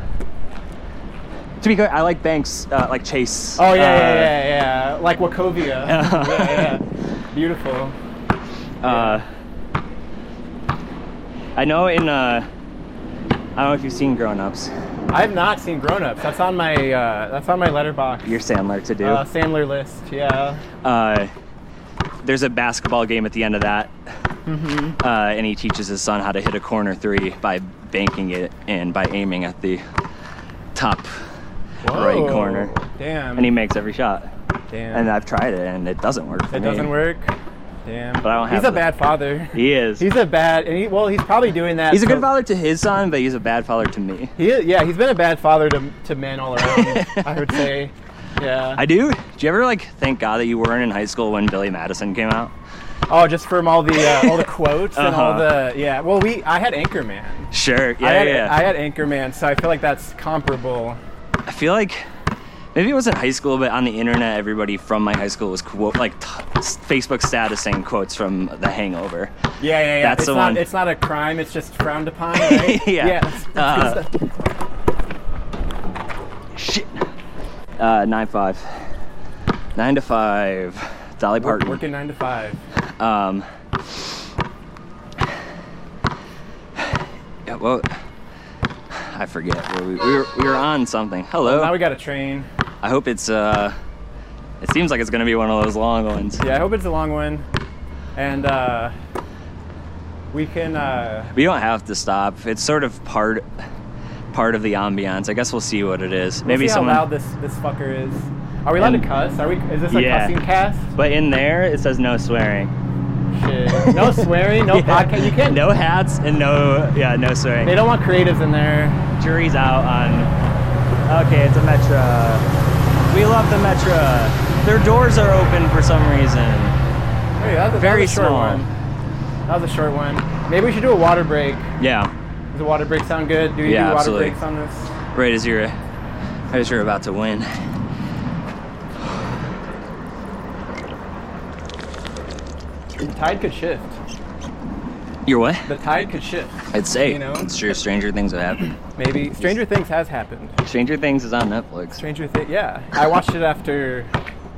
to be clear, I like banks uh, like Chase.
oh
uh,
yeah, yeah, yeah, yeah. Like Wachovia. yeah, yeah. Beautiful.
Uh, I know in uh, I don't know if you've seen Grown Ups.
I have not seen Grown Ups. That's on my uh, that's on my letterbox.
Your Sandler to do.
uh,
Uh,
Sandler list. Yeah.
there's a basketball game at the end of that
Mm-hmm.
uh, and he teaches his son how to hit a corner three by banking it and by aiming at the top right corner.
Damn.
And he makes every shot.
Damn.
And I've tried it, and it doesn't work. For
It
me.
doesn't work. Damn.
But I don't have
He's a
the-
bad father.
He is.
He's a bad. And he, well, he's probably doing that.
He's a
so-
good father to his son, but he's a bad father to me.
He is, yeah, he's been a bad father to, to men all around. I would say. Yeah.
I do. Do you ever like thank God that you weren't in high school when Billy Madison came out?
oh, just from all the uh, all the quotes and all
Uh-huh.
the yeah. Well, we I had Anchorman.
Sure. Yeah,
I had,
yeah. yeah.
I had Anchorman, so I feel like that's comparable.
I feel like maybe it was in high school, but on the internet, everybody from my high school was quote like t- Facebook statusing quotes from The Hangover.
Yeah, yeah, yeah.
That's
it's
the
not
one.
it's not a crime. It's just frowned upon. Right?
Yeah. Uh, Shit. Uh, nine five. Nine to five. Dolly Parton.
Working nine to five.
Um. Yeah. Well. I forget. where We, we, were, we were on something. Hello.
Now we got a train.
I hope it's uh it seems like it's gonna be one of those long ones.
Yeah, I hope it's a long one, and uh, we can. Uh,
We don't have to stop. It's sort of part part of the ambiance. I guess we'll see what it is.
Maybe
Maybe
see
someone
how loud this this fucker is. Are we allowed
And-
to cuss? Are we? Is this a
Yeah.
cussing cast?
But in there it says no swearing.
Shit. No swearing. No
Yeah.
podcast. You can't.
No hats and no yeah, no swearing.
They don't want creatives in there.
Jury's out on Okay, it's a Metra. We love the Metra. Their doors are open for some reason.
Hey, that was,
Very
that was a short
small.
one. That was a short one. Maybe we should do a water break.
Yeah.
Does a water break sound good? Do we
Yeah,
do water
absolutely.
breaks on this?
Right as you're right as you're about to win.
The tide could shift.
You're what?
The tide could shift.
I'd say
You know?
it's sure stranger things have happened.
Maybe Stranger Things has happened.
Stranger Things is on Netflix.
Stranger Things. Yeah, I watched it after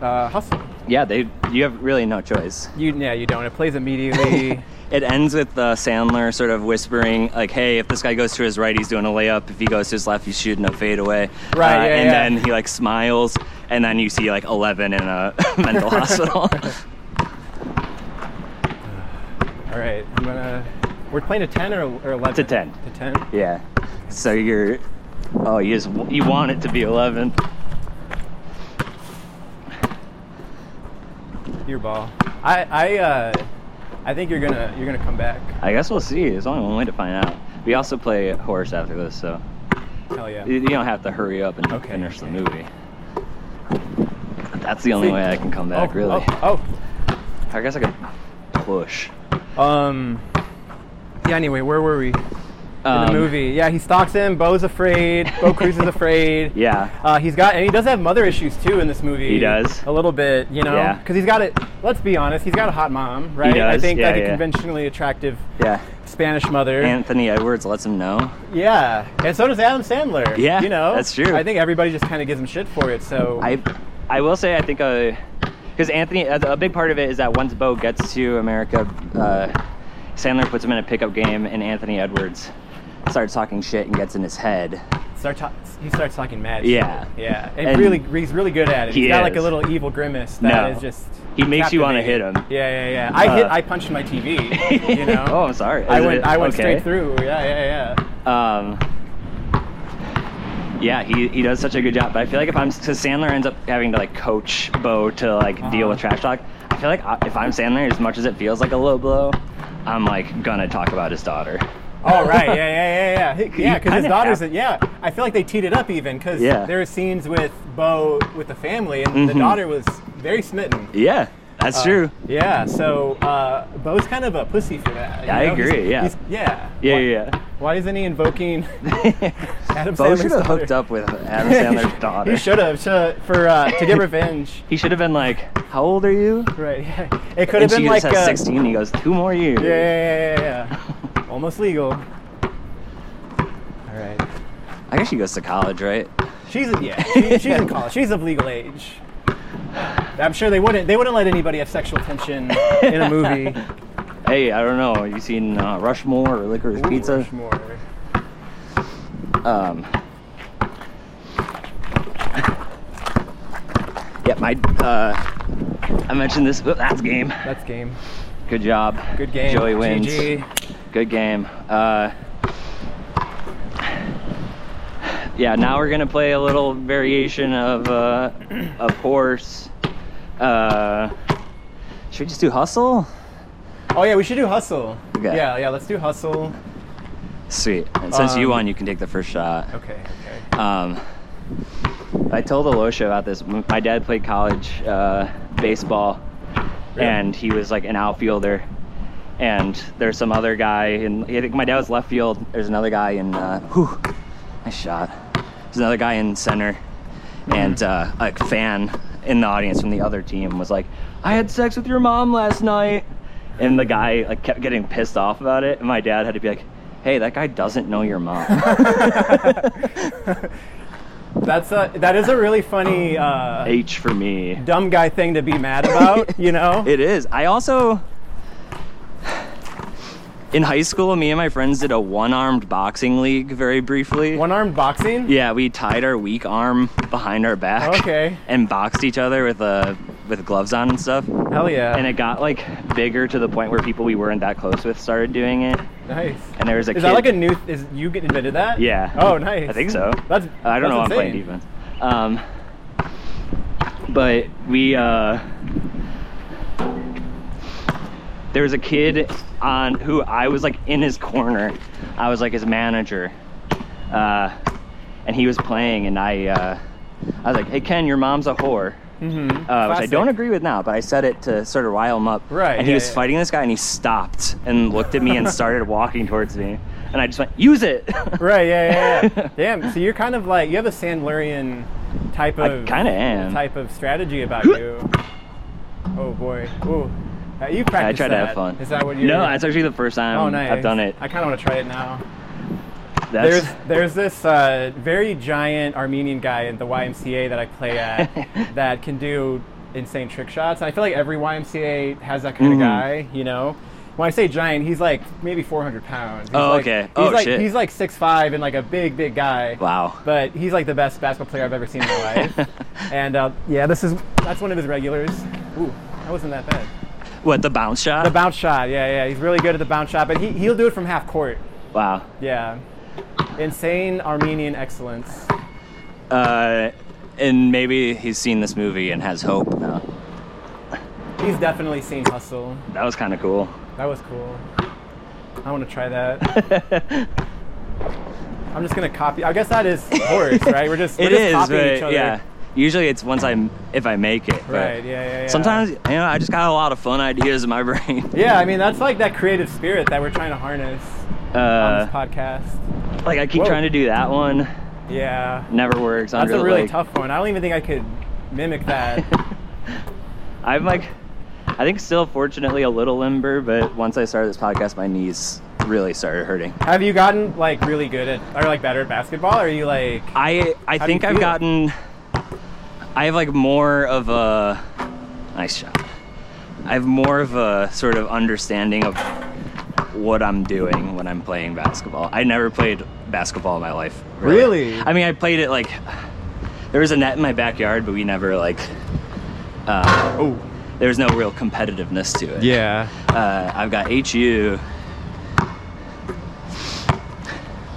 uh, Hustle.
Yeah, they you have really no choice.
You yeah, you don't. It plays immediately.
It ends with uh, Sandler sort of whispering, like, "Hey, if this guy goes to his right, he's doing a layup. If he goes to his left, he's shooting a fadeaway."
Right,
Uh,
yeah,
and
yeah.
then he like smiles, and then you see like eleven in a mental hospital.
All right, I'm gonna. We're playing to ten or, or eleven.
To 10.
To ten.
yeah. So you're, oh, you just you want it to be eleven.
Your ball. I I uh, I think you're gonna you're gonna come back.
I guess we'll see. There's only one way to find out. We also play horse after this, so
Hell yeah.
you you don't have to hurry up and
Okay,
finish the
okay.
movie. That's the only
See-
way I can come back,
oh,
really.
Oh,
I guess I could push.
oh. Um. Yeah. Anyway, where were we? In the
Um,
movie. Yeah, he stalks him. Bo's afraid. Bo Cruz is afraid.
Yeah.
Uh, he's got, and he does have mother issues too in this movie.
He does.
a little bit, you know,
Yeah.
because he's got it. Let's be honest, he's got a hot mom, right? I
does,
think
yeah,
like a
yeah.
conventionally attractive
Yeah.
Spanish mother.
Anthony Edwards lets him know.
Yeah, and so does Adam Sandler.
Yeah,
you know,
that's true.
I think everybody just kind of gives him shit for it. So
I, I will say I think a, because Anthony, a a big part of it is that once Bo gets to America, uh, Sandler puts him in a pickup game, and Anthony Edwards starts talking shit and gets in his head.
start ta- he starts talking mad.
Yeah.
shit. yeah, and,
And-
really, he's really good at it.
He
has got like a
is.
little evil grimace that
No.
is just.
He makes you wanna hit him.
captivating. Yeah, yeah, yeah. I hit.
Uh.
I punched my TV. You know.
oh, I'm sorry.
I
Is
went.
it-
I went
okay.
straight through. Yeah, yeah, yeah.
Um, yeah, he, he does such a good job. But I feel like if I'm because Sandler ends up having to like coach Bo to like
Uh-huh.
deal with trash talk. I feel like I, if I'm Sandler, as much as it feels like a low blow, I'm like gonna talk about his daughter.
Oh right, yeah, yeah, yeah, yeah, He- yeah. Because his
kinda
daughter's,
have-
yeah. I feel like they teed it up even because
Yeah.
there were scenes with Bo with the family, and the
Mhm.
daughter was very smitten.
Yeah, that's
Uh,
true.
Yeah, so uh, Bo's kind of a pussy for that. you
I
know?
agree,
He's-
yeah.
he's- yeah.
Yeah,
why,
yeah,
Why isn't he invoking
yeah.
Adam
Bo
Sandler's
should have hooked
daughter?
up with Adam Sandler's daughter.
he should have to for uh, to get revenge.
He should have been like, "How old are you?"
right. Yeah. It could
And
have
she
been
just
like
says
uh,
16. and He goes, two more years."
Yeah, yeah, yeah, yeah, yeah. Almost legal. All right.
I guess she goes to college, right?
She's yeah. She, she's in college. She's of legal age. I'm sure they wouldn't. They wouldn't let anybody have sexual tension in a movie.
Hey, I don't know. You seen uh, Rushmore or Licorice Pizza?
Rushmore.
Um, yeah, my uh, I mentioned this. oh, that's game
That's game.
because Good job.
Good game.
Joey wins.
GG.
Good game. Uh, yeah, now we're gonna play a little variation of uh, of horse. Uh, should we just do hustle?
Oh yeah, we should do hustle.
Okay.
Yeah, yeah. Let's do hustle.
Sweet. And since you
Um,
won, you can take the first shot.
Okay. okay.
Um, I told Alosha about this. M- My dad played college uh, baseball,
Really?
and he was like an outfielder. And there's some other guy, and I think my dad was left field. There's another guy in, uh, whew, nice shot. There's another guy in center, and uh, a fan in the audience from the other team was like, "I had sex with your mom last night," and the guy like kept getting pissed off about it. And my dad had to be like, "Hey, that guy doesn't know your mom."
That's a that is a really funny uh,
H for me.
dumb guy thing to be mad about. You know.
It is. I also, in high school, me and my friends did a one-armed boxing league very briefly.
One-armed boxing.
yeah, we tied our weak arm behind our back.
Okay.
And boxed each other with uh, with gloves on and stuff.
Hell yeah.
And it got like bigger to the point where people we weren't that close with started doing it.
nice.
And there was a
Is
kid.
that like a new? Is you get invented that?
Yeah.
Oh, nice.
I think so. Uh,
That's.
I don't know. I'm
that's
playing
insane.
defense. Um, but we uh, there was a kid on who I was like in his corner. I was like his manager, uh, and he was playing, and I uh, I was like, "Hey Ken, your mom's a whore."
Mhm.
Uh, which I
Classic.
don't agree with now, but I said it to sort of rile him up.
Right,
And he
yeah,
was
yeah.
fighting this guy, and he stopped and looked at me and started walking towards me, and I just went, "Use it!"
Right. Yeah. Yeah. yeah. Damn. So you're kind of like you have a Sandlerian type
I
of
kinda am.
type of strategy about you. Oh boy. Ooh. Uh, you practice
I tried to
that.
have fun.
Is that what you?
No, that's actually the first time
Oh, nice.
I've done it.
I kind of want to try it now.
That's,
There's there's this uh, very giant Armenian guy in the YMCA that I play at that can do insane trick shots. And I feel like every YMCA has that kind
Mhm.
of guy, you know. When I say giant, he's like maybe 400 pounds. He's
Oh,
like,
okay.
He's
Oh,
like,
shit.
He's like 6'5 and like a big, big guy.
wow.
But he's like the best basketball player I've ever seen in my life. and uh, yeah, this is that's one of his regulars. Ooh, that wasn't that bad.
What the bounce shot?
The bounce shot, yeah, yeah. He's really good at the bounce shot, but he, he'll do it from half court.
wow.
Yeah. Insane Armenian excellence.
Uh, and maybe he's seen this movie and has hope now.
He's definitely seen Hustle.
That was kind of cool.
That was cool. I want to try that. I'm just gonna copy. I guess that is horse, right? We're just we're
It
just
is,
copying each
but
other.
yeah. Usually it's once I'm if I make it. but
Right. Yeah. Yeah. yeah.
Sometimes you know I just got a lot of fun ideas in my brain.
Yeah. I mean, that's like that creative spirit that we're trying to harness on
Uh,
this podcast.
like I keep
Whoa.
trying to do that one,
Yeah.
never works.
That's
Andre
a
the
really
Lake.
tough one. I don't even think I could mimic that.
I'm like, I think still fortunately a little limber, but once I started this podcast, my knees really started hurting.
Have you gotten like really good at, or like better at basketball? Or are you like?
I I
How do you
think I've
feel?
gotten I have like more of a nice shot. I have more of a sort of understanding of what I'm doing when I'm playing basketball. I never played basketball in my life.
Really?
I mean, I played it like there was a net in my backyard, but we never like uh,
Oh.
there was no real competitiveness to it.
Yeah.
Uh, I've got HU.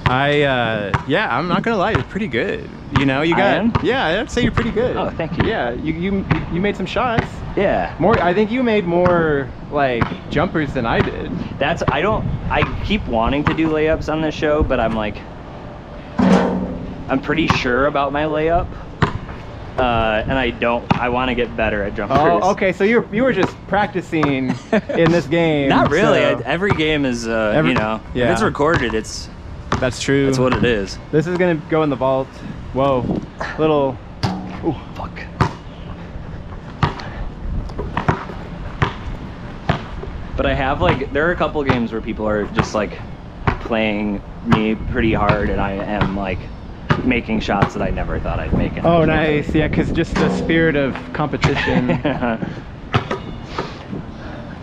I uh, yeah, I'm not gonna lie, you're pretty good. You know, you
I
got
am?
yeah, I'd say you're pretty good.
Oh, thank you.
Yeah, you you you made some shots.
Yeah.
More, I think you made more like jumpers than I did.
That's I don't I keep wanting to do layups on this show, but I'm like I'm pretty sure about my layup. Uh, and I don't I want to get better at jumpers.
Oh, okay, so you were, you were just practicing in this game.
Not really.
so-
I, every game is uh,
Every-
you know, if
yeah.
it's recorded, it's
that's true.
that's what it is.
This is gonna go in the vault. Whoa, little. Ooh.
Fuck. But I have like there are a couple games where people are just like playing me pretty hard and I am like making shots that I never thought I'd make. and I
Oh,
can't
nice.
believe
Yeah, because just the spirit of competition.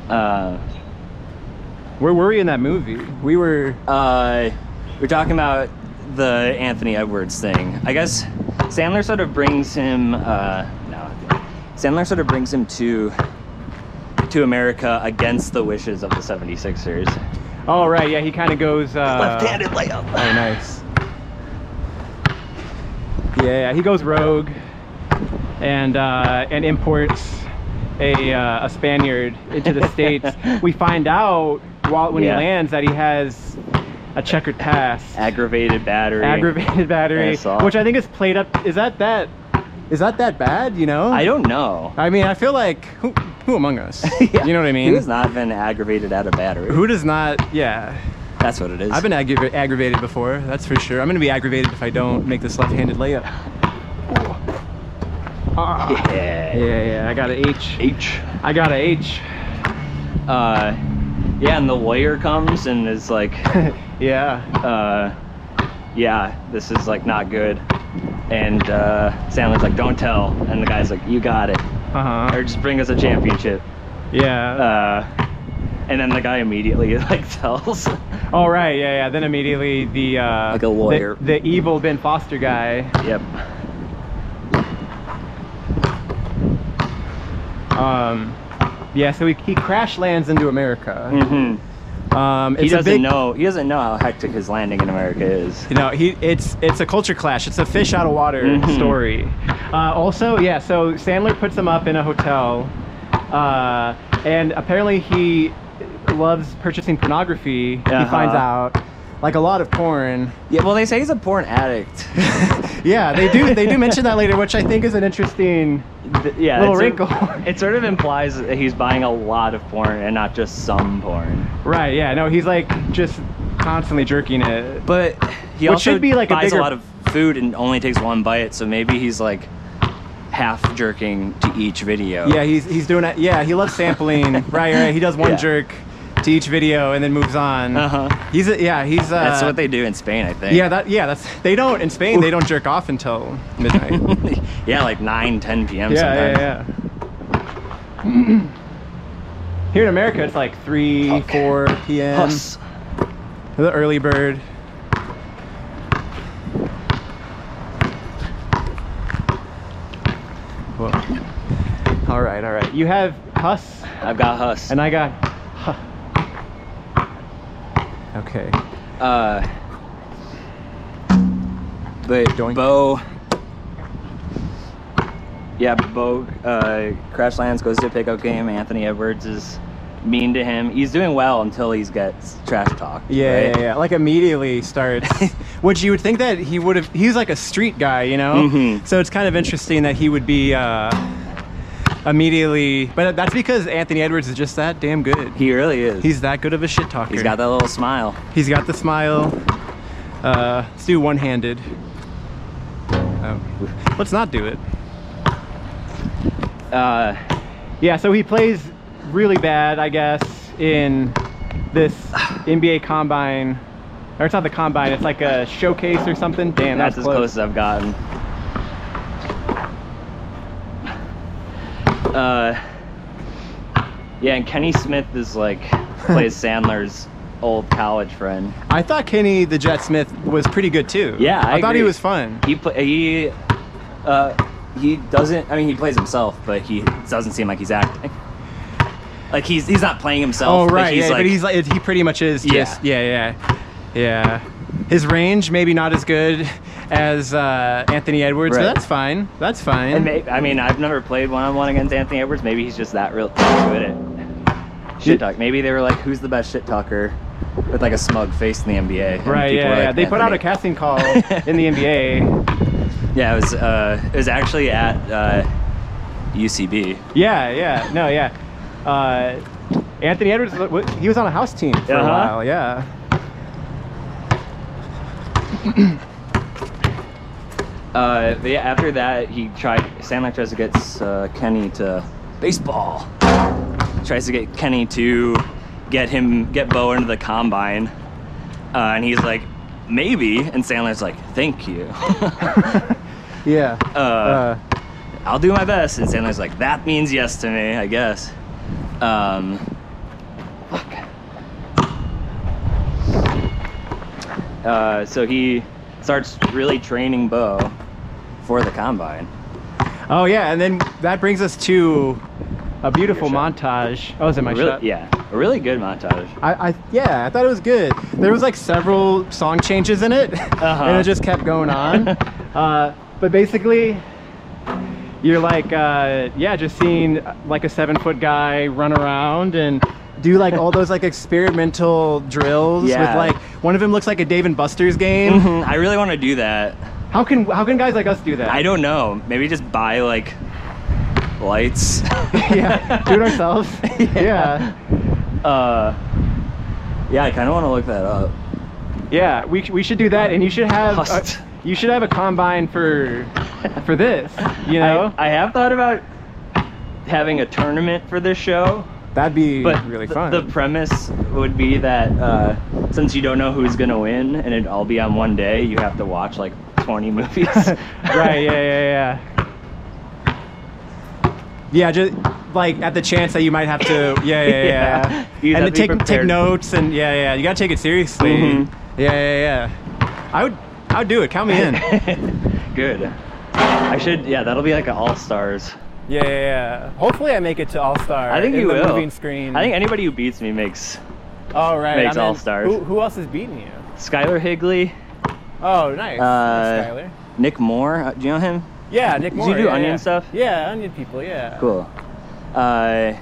uh,
Where were we in that movie? We were.
uh, we're talking about the Anthony Edwards thing. I guess Sandler sort of brings him. Uh, no, Sandler sort of brings him to to America against the wishes of the 76ers.
All right, yeah, he kind of goes. Uh,
Left-handed layup.
Oh, nice. Yeah, he goes rogue, and uh, and imports a uh, a Spaniard into the states. we find out while when
Yeah.
he lands that he has a checkered past,
Aggravated battery.
aggravated
Yeah,
battery,
I saw.
which I think is played up. Is that that? Is that that bad? You know?
I don't know.
I mean, I feel like who, who among us? You know what I mean?
Who's not been aggravated at a battery?
Who does not? Yeah,
That's what it is.
I've been aggra- aggravated before. That's for sure. I'm gonna be aggravated if I don't make this left-handed layup.
Ah.
Yeah.
Yeah, yeah. I got a H.
H.
I got a H.
Uh, yeah, and the lawyer comes and is like,
yeah.
uh, yeah, this is like not good. And uh, Sandler's like, don't tell. And the guy's like, you got it.
Uh
Or
huh.
just bring us a championship.
Yeah.
Uh, and then the guy immediately like tells.
All right. Yeah, yeah. Then immediately the uh,
Like a lawyer.
the, the evil Ben Foster guy.
yep.
Um, yeah. So he, he crash lands into America.
hmm
Um,
He
it's a
doesn't
big-
know. He doesn't know how hectic his landing in America is.
You know, he it's it's a culture clash. It's a fish out of water
Mhm.
story.
story. Uh, also, yeah, so Sandler puts him up in a hotel, uh, and apparently he loves purchasing pornography.
Uh-huh.
He finds out.
Like a lot of porn.
Yeah. Well, they say he's a porn addict.
Yeah, they do they do mention that later, which I think is an interesting.
Th- yeah.
Little
it sort of-
wrinkle.
it sort of implies that he's buying a lot of porn and not just some porn.
Right, yeah, no, he's like just constantly jerking it.
But he
Which
also
should be like a
buys
bigger-
lot of food and only takes one bite, so maybe he's like half jerking to each video.
Yeah, he's he's doing it. Yeah, he loves sampling. right, right. He does one
Yeah.
jerk to each video and then moves on.
Uh-huh.
He's a, yeah he's. Uh,
That's what they do in Spain, I think.
Yeah, that yeah that's they don't in Spain they don't jerk off until midnight.
yeah, like 9, 10 p.m.
Yeah,
sometimes.
yeah, yeah. Here in America, it's like three,
Fuck.
Four p.m.
Puss.
The early bird. Whoa. All right, all right.
You have Huss,
I've got Huss.
and I got.
Okay.
Uh, but
Doink.
Bo. Yeah, Bo uh, crash lands, goes to a pickup game. Anthony Edwards is mean to him. He's doing well until he gets trash talked.
Yeah,
right?
yeah, yeah. Like immediately starts, which you would think that he would have. He's like a street guy, you know.
Mhm.
So it's kind of interesting that he would be uh, immediately. But that's because Anthony Edwards is just that damn good.
He really is.
He's that good of a shit talker.
He's got that little smile.
He's got the smile. Uh, let's do one-handed. Oh. Let's not do it.
Uh,
Yeah, so he plays really bad, I guess, in this NBA Combine. Or it's not the Combine, it's like a showcase or something. Damn,
that's
that's,
as close as I've gotten. Uh, yeah, and Kenny Smith is like plays Sandler's old college friend.
I thought Kenny the Jet Smith was pretty good too.
Yeah, I,
thought he
agree.
was fun.
He pla he uh, he doesn't. I mean, he plays himself, but he doesn't seem like he's acting. Like he's he's not playing
Oh
himself. but
right,
he's
yeah,
like,
but he's like he pretty much is
Yeah.
just yeah, yeah, yeah. His range maybe not as good as uh, Anthony Edwards,
Right.
but that's fine. That's fine.
And may I mean, I've never played one on one against Anthony Edwards. Maybe he's just that real good at shit talk. Maybe they were like, "Who's the best shit talker?" With like a smug face in the NBA. And
Right,
people
yeah,
were like,
yeah. They put out a
"Anthony."
casting call in the NBA.
Yeah, it was. Uh, it was actually at uh, UCB.
Yeah, yeah, no, yeah. Uh, Anthony Edwards, wa- he was on a house team for
Uh-huh.
a while, yeah.
Uh, but yeah, after that, he tried. Sandler tries to get uh, Kenny to baseball. Tries to get Kenny to get him get Bo into the combine, uh, and he's like, "Maybe." And Sandler's like, "Thank you."
Yeah.
uh,
Uh,
I'll do my best. And Sandler's like, that means yes to me, I guess. Um, fuck. Uh, so he starts really training Bo for the combine.
Uh,
oh yeah, and then that brings us to
a beautiful
Your shot.
montage. Oh, is it my
really,
shot?
Yeah, a really good montage.
I, I yeah, I thought it was good. There was like several song changes in it,
Uh-huh.
and it just kept going on.
Uh, but basically, you're like, uh, yeah, just seeing uh, like a seven foot guy run around and
Do like all those like experimental drills
Yeah.
with like one of them looks like a Dave and Buster's game.
Mhm, I really want to do that.
how can how can guys like us do that?
I don't know. Maybe just buy like lights.
yeah, do it ourselves. yeah.
Uh, yeah, I kind of want to look that up.
Yeah, we, sh- we should do that, and you should have a,
Hust.
you should have a combine for for this. You know,
I, I have thought about having a tournament for this show,
That'd be
but
really
th-
fun.
the premise would be that uh, since you don't know who's gonna win and it all be on one day, you have to watch like 20 movies.
right? Yeah, yeah, yeah.
yeah, just like at the chance that you might have to. Yeah, yeah, yeah.
Yeah. You'd
And
have to
then
be
take take
prepared.
notes and yeah, yeah. You gotta take it seriously.
Mhm.
Yeah, yeah, yeah. I would I would do it. Count me in. yeah,
Good. I should. Yeah, that'll be like an all stars.
yeah, yeah. Hopefully, I make it to All Star.
I think
in
you
the
will.
Moving screen.
I think anybody who beats me makes
All right.
Makes
I'm in.
All-Stars.
Who, who else is beating you?
Skylar Higley,
Oh, nice.
Uh,
Thanks, Skyler.
Nick Moore. uh, Do you know him?
Yeah,
did
Nick
you
Moore.
do
yeah,
Onion
yeah.
stuff?
Yeah, Onion people. Yeah.
Cool. Uh,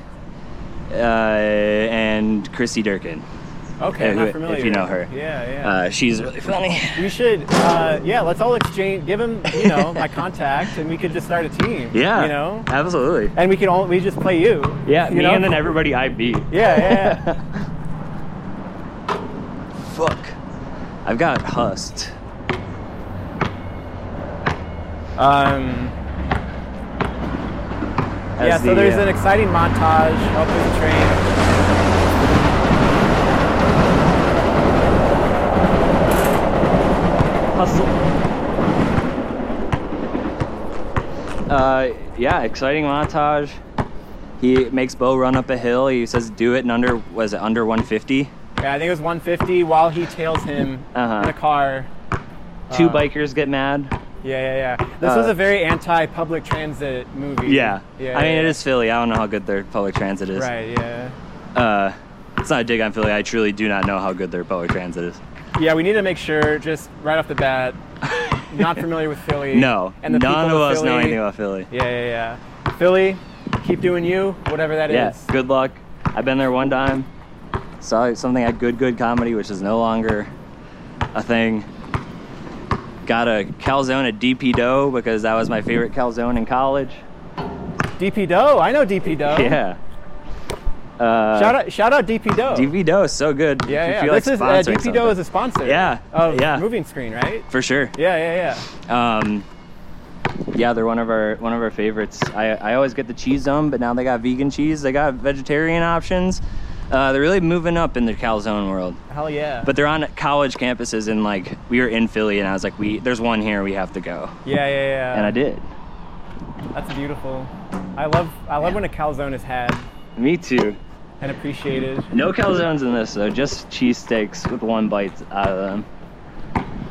uh, and Christy Durkin.
Okay, I'm
Yeah,
not
who-
familiar.
if you know
with
her.
them. Yeah, yeah.
Uh, she's really funny.
we should, uh, yeah, let's all exchange, give him, you know, my contact, and we could just start a team.
Yeah.
You know?
Absolutely.
And we could all, we just play you.
Yeah,
you
me
know?
and then everybody I beat.
Yeah, yeah, yeah.
Fuck. I've got hust.
um,
as
yeah, so
the,
there's
uh,
an exciting montage. Oh, there's a train.
Hustle. Uh, yeah, exciting montage. He makes Bo run up a hill. He says, "Do it in under was it under 150?"
Yeah, I think it was 150 while he tails him
Uh-huh.
in a car.
Two
Uh,
bikers get mad.
Yeah, yeah, yeah. This
Uh,
was a very anti-public transit movie. yeah.
I mean, it
yeah.
is Philly. I don't know how good their public transit is.
Right. Yeah.
Uh, it's not a dig on Philly. I truly do not know how good their public transit is.
Yeah, we need to make sure, just right off the bat, not familiar with Philly.
No,
and the
none of
people
us know
Philly.
anything about Philly.
Yeah, yeah, yeah. Philly, keep doing you, whatever that is.
Yeah, good luck. I've been there one time. Saw something at Good Good Comedy, which is no longer a thing. Got a calzone at DP Dough because that was my favorite calzone in college.
DP Doe, I know DP Doe.
Yeah. Uh,
Oh. Shout out, shout out DP Doe.
DP Dough is so good.
yeah,
If
yeah.
you feel
this
like
is uh,
sponsoring
DP Doe is
something.
a sponsor.
Yeah,
Of
yeah.
Moving Screen, right?
for sure.
Yeah, yeah,
Um, yeah, they're one of our one of our favorites. I, I always get the cheese dome, but now they got vegan cheese. They got vegetarian options. Uh, they're really moving up in the calzone world.
yeah. Hell yeah.
But they're on college campuses, and like we were in Philly, and I was like, we there's one here, we have to go,
yeah, yeah, yeah.
and I did.
That's beautiful. I love, I love when a calzone is had
Me too.
and appreciated.
No calzones in this though, just cheesesteaks with one bite out of them.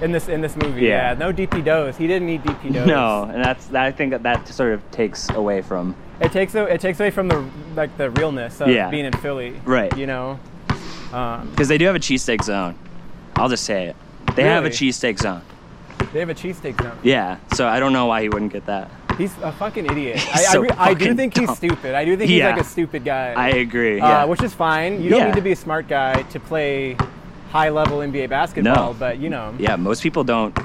in this in this movie.
Yeah.
Yeah, no DP Does. He didn't need DP Does.
No, and that's that, I think that that sort of takes away from.
it takes a- it takes away from the like the realness of
Yeah.
being in Philly.
Right.
You know. Um,
Because they do have a cheesesteak zone. I'll just say it. They have a
Really?
cheesesteak zone.
they have a cheesesteak zone.
Yeah, so I don't know why he wouldn't get that.
He's a fucking idiot.
He's
I,
so
I, re- I do
fucking
think
dumb.
he's stupid. I do think
Yeah.
he's like a stupid guy.
I agree.
Uh,
Yeah.
Which is fine. You don't
Yeah.
need to be a smart guy to play high level NBA basketball.
No.
But you know.
yeah, most people don't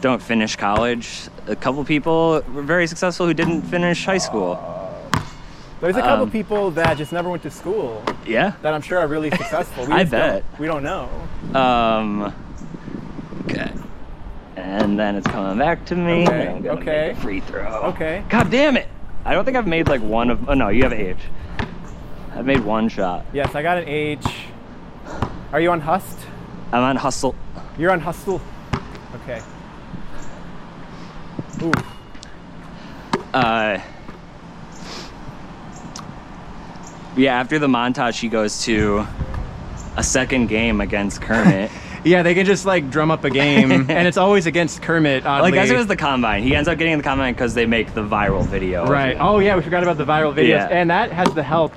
don't finish college. A couple people were very successful who didn't finish high school.
There's a couple
um,
people that just never went to school
Yeah.
that I'm sure are really successful. We
I
just don't-
bet.
we don't know.
Um. Okay. And then it's coming back to me.
Okay,
I'm gonna
okay.
make a free throw.
Okay.
God damn it! I don't think I've made like one of. Oh no, you have H. I've made one shot.
Yes, I got an H. Are you on Hust?
I'm on hustle.
You're on hustle. Okay. Ooh.
Uh. Yeah. After the montage, she goes to a second game against Kermit.
Yeah, they can just like drum up a game, and it's always against Kermit. Oddly.
Like, as it was the combine, he ends up getting in the combine because they make the viral video.
right. Oh yeah, we forgot about the viral videos,
Yeah.
and that has the help.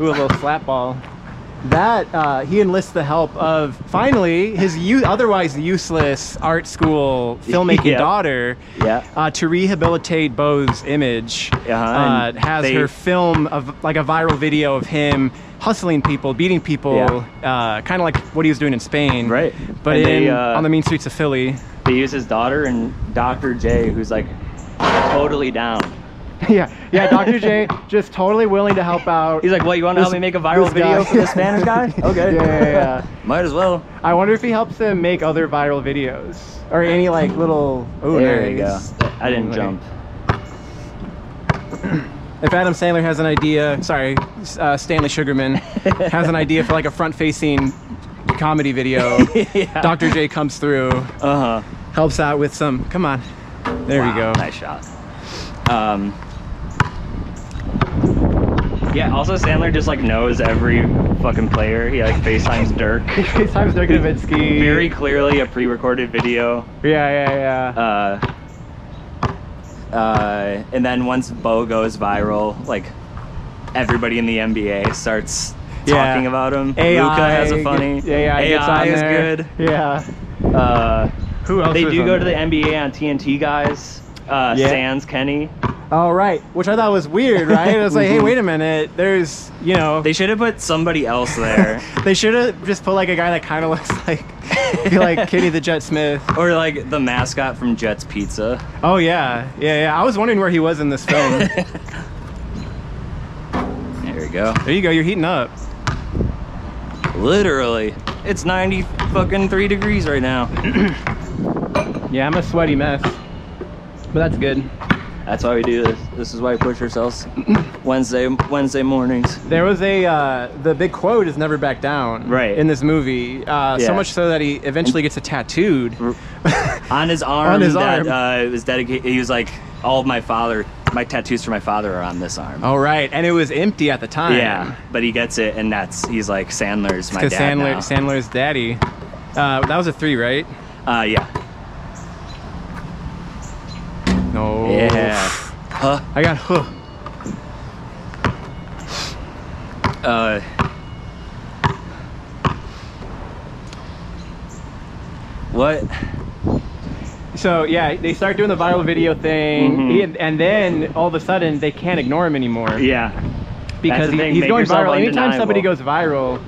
Ooh, a little slap ball. That uh, he enlists the help of finally his u- otherwise useless art school filmmaking
Yeah.
daughter
Yeah.
uh, to rehabilitate Bo's image.
Uh-huh,
uh,
and
has
they-
her film of like a viral video of him hustling people, beating people,
Yeah.
uh, kind of like what he was doing in Spain.
Right.
But in,
And they, uh,
on the mean streets of Philly.
They use his daughter and Dr. J, who's like totally down.
yeah, yeah. Dr. J just totally willing to help out.
He's like, "What? You want to help
This-
me make a viral
this
video
guy."
for this Spanish guy? Okay.
Yeah, yeah, yeah.
Might as well.
I wonder if he helps them make other viral videos or any like little. Oh,
there
nice.
you go. I didn't
Like,
jump.
If Adam Sandler has an idea, sorry, uh, Stanley Sugarman has an idea for like a front-facing comedy video,
Yeah.
Dr. J comes through,
Uh huh.
helps out with some. Come on, there
Wow,
we go.
Nice shot. Um, yeah. Also, Sandler just like knows every fucking player. He like FaceTimes Dirk.
Times Dirk Nowitzki.
Very clearly a pre-recorded video.
Yeah, yeah, yeah.
Uh, uh, and then once Bo goes viral, like everybody in the NBA starts
Yeah.
talking about him.
AI
Luca has a funny.
Yeah, AI, gets on
is
there.
good.
Yeah.
Uh,
Who else
they
was
do
on
go to the
there?
NBA on TNT guys. Uh,
Yeah.
Sans Kenny.
All right, which I thought was weird, right? I was like, hey, wait a minute. There's, you know,
Mm-hmm. They should have put somebody else there,
they should have just put like a guy that kind of looks like, I feel like Kenny the Jet Smith.
or like the mascot from Jets Pizza. Um,
Oh yeah, yeah, yeah. I was wondering where he was in this film.
There we go.
there you go. You're heating up.
Literally, it's ninety fucking three degrees right now.
Yeah, I'm a sweaty mess, but that's good.
That's why we do this. This is why we push ourselves Wednesday Wednesday mornings.
There was a uh, the big quote is never back down.
Right.
In this movie, uh,
Yeah.
so much so that he eventually gets it tattooed.
On his arm,
his
that
arm.
Uh, was dedicated. He was like, all of my father, my tattoos for my father are on this arm.
All right, and it was empty at the time.
Yeah, but he gets it, and that's he's like Sandler's my
Because
dad
Sandler,
now.
Sandler's daddy. Uh, that was a three, right?
uh, yeah,
No.
yeah. Huh.
I got huh.
Uh, what?
So yeah, they start doing the viral video thing,
Mhm.
he- and then all of a sudden they can't ignore him anymore.
Yeah.
because
the
he-
thing,
he's
make
going
yourself
viral. Anytime somebody
undeniable.
goes viral,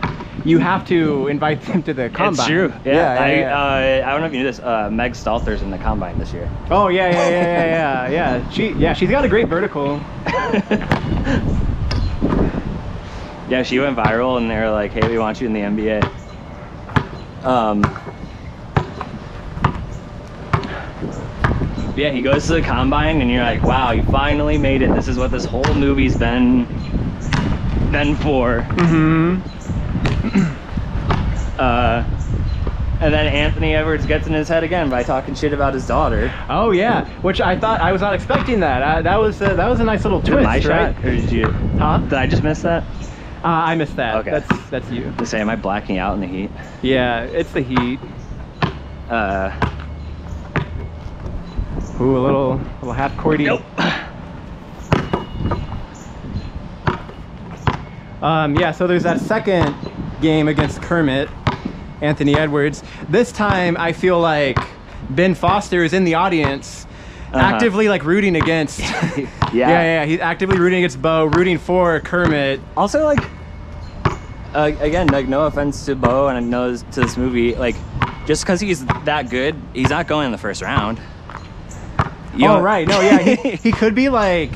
you have to invite them to the combine.
It's true. Yeah.
yeah,
I,
yeah.
Uh, I don't know if you knew this. Uh, Meg Stalter's in the combine this year.
oh yeah, yeah, yeah, yeah, yeah, yeah. She, yeah, she's got a great vertical.
Yeah, she went viral, and they were like, "Hey, we want you in the NBA." Um. Yeah, he goes to the combine, and you're like, "Wow, you finally made it! This is what this whole movie's been been for."
Mm-hmm.
Uh, and then Anthony Edwards gets in his head again by talking shit about his daughter.
Oh yeah, which I thought I was not expecting that. Uh, that was uh, that was a nice little
Did
twist,
my
right?
shot, or did you?
Huh?
Did I just miss that?
Uh, I missed that.
Okay.
That's that's you.
To say, am I blacking out in the heat?
Yeah, it's the heat.
Uh,
Ooh, a little little half courty.
nope.
Um, yeah, so there's that second game against Kermit, Anthony Edwards. This time, I feel like Ben Foster is in the audience,
Uh-huh.
actively like rooting against. yeah. yeah, yeah, he's actively rooting against Bo, rooting for Kermit.
Also, like, uh, again, like, no offense to Bo and no to this movie, like, just because he's that good, he's not going in the first round. You
oh
know-
right, no, yeah, he, he could be like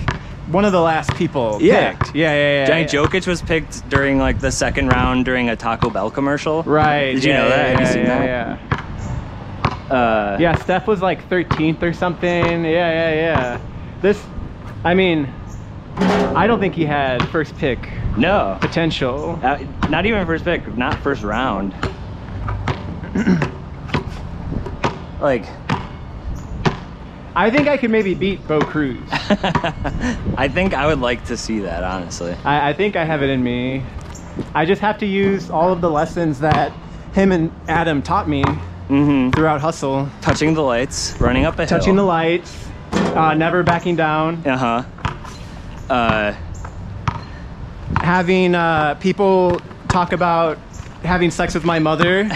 one of the last people
Yeah.
picked. Yeah, yeah, yeah.
Johnny
yeah.
Jokic was picked during like the second round during a Taco Bell commercial.
Right.
Did you
yeah,
know that?
Yeah,
Have you seen
yeah,
that?
Yeah.
Uh,
Yeah, Steph was like 13th or something. Yeah, yeah, yeah. This, I mean, I don't think he had first pick
No.
potential.
Uh, not even first pick, not first round. like,
I think I could maybe beat Bo Cruz.
I think I would like to see that, honestly.
I, I think I have it in me. I just have to use all of the lessons that him and Adam taught me
hmm
throughout hustle.
Touching the lights, running up a
Touching the
hill.
lights, uh, never backing down.
the light. Uh huh. Uh-huh. Uh,
Having uh, people talk about having sex with my mother to,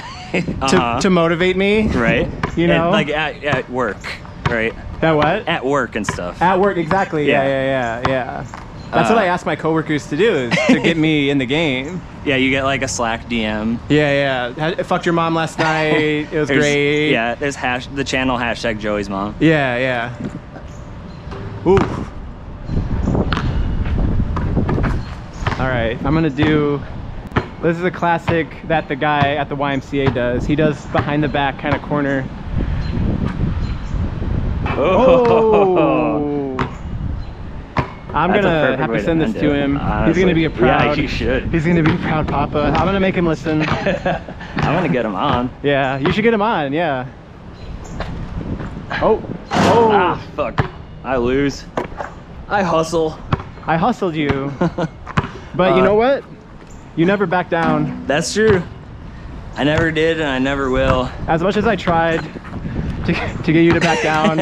uh-huh.
to motivate me.
right?
You
And,
know?
like at, at work, right?
That what?
At work and stuff.
At work, exactly. Yeah,
Yeah.
yeah, yeah, yeah. That's
Uh,
what I asked my coworkers to do is to get me in the game.
yeah, you get like a Slack DM.
Yeah, yeah. I fucked your mom last night. It was
There's-
great.
Yeah, there's hash the channel hashtag Joey's mom.
Yeah, yeah. Ooh. All right, I'm gonna do. This is a classic that the guy at the YMCA does. He does behind the back kind of corner. Oh! I'm
That's a
gonna
perfect
have
way
to send this
end
to
it,
him. He's
honestly.
gonna be a proud.
Yeah, you should.
He's gonna be a proud papa. I'm gonna make him listen.
I'm gonna get him on.
yeah, you should get him on. Yeah. Oh, oh!
Ah, fuck. I lose. I hustle.
I hustled you. But
Uh,
you know what? You never back down.
That's true. I never did, and I never will.
As much as I tried to, to get you to back down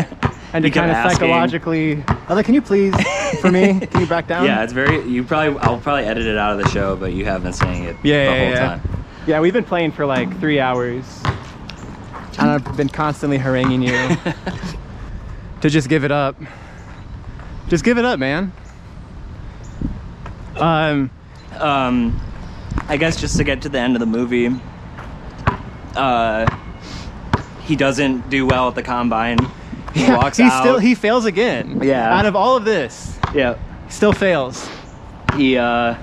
and to
You kept
kind of
asking.
psychologically, I was like, can you please, for me, can you back down?
yeah, it's very. You probably. I'll probably edit it out of the show, but you have been saying it
Yeah,
the
yeah,
whole
yeah.
time.
Yeah, we've been playing for like three hours. And I've been constantly haranguing you to just give it up. Just give it up, man. Um,
um, I guess just to get to the end of the movie, uh, he doesn't do well at the combine. He
yeah,
walks
he
out.
still he fails again.
Yeah.
Out of all of this,
yeah,
still fails.
he uh,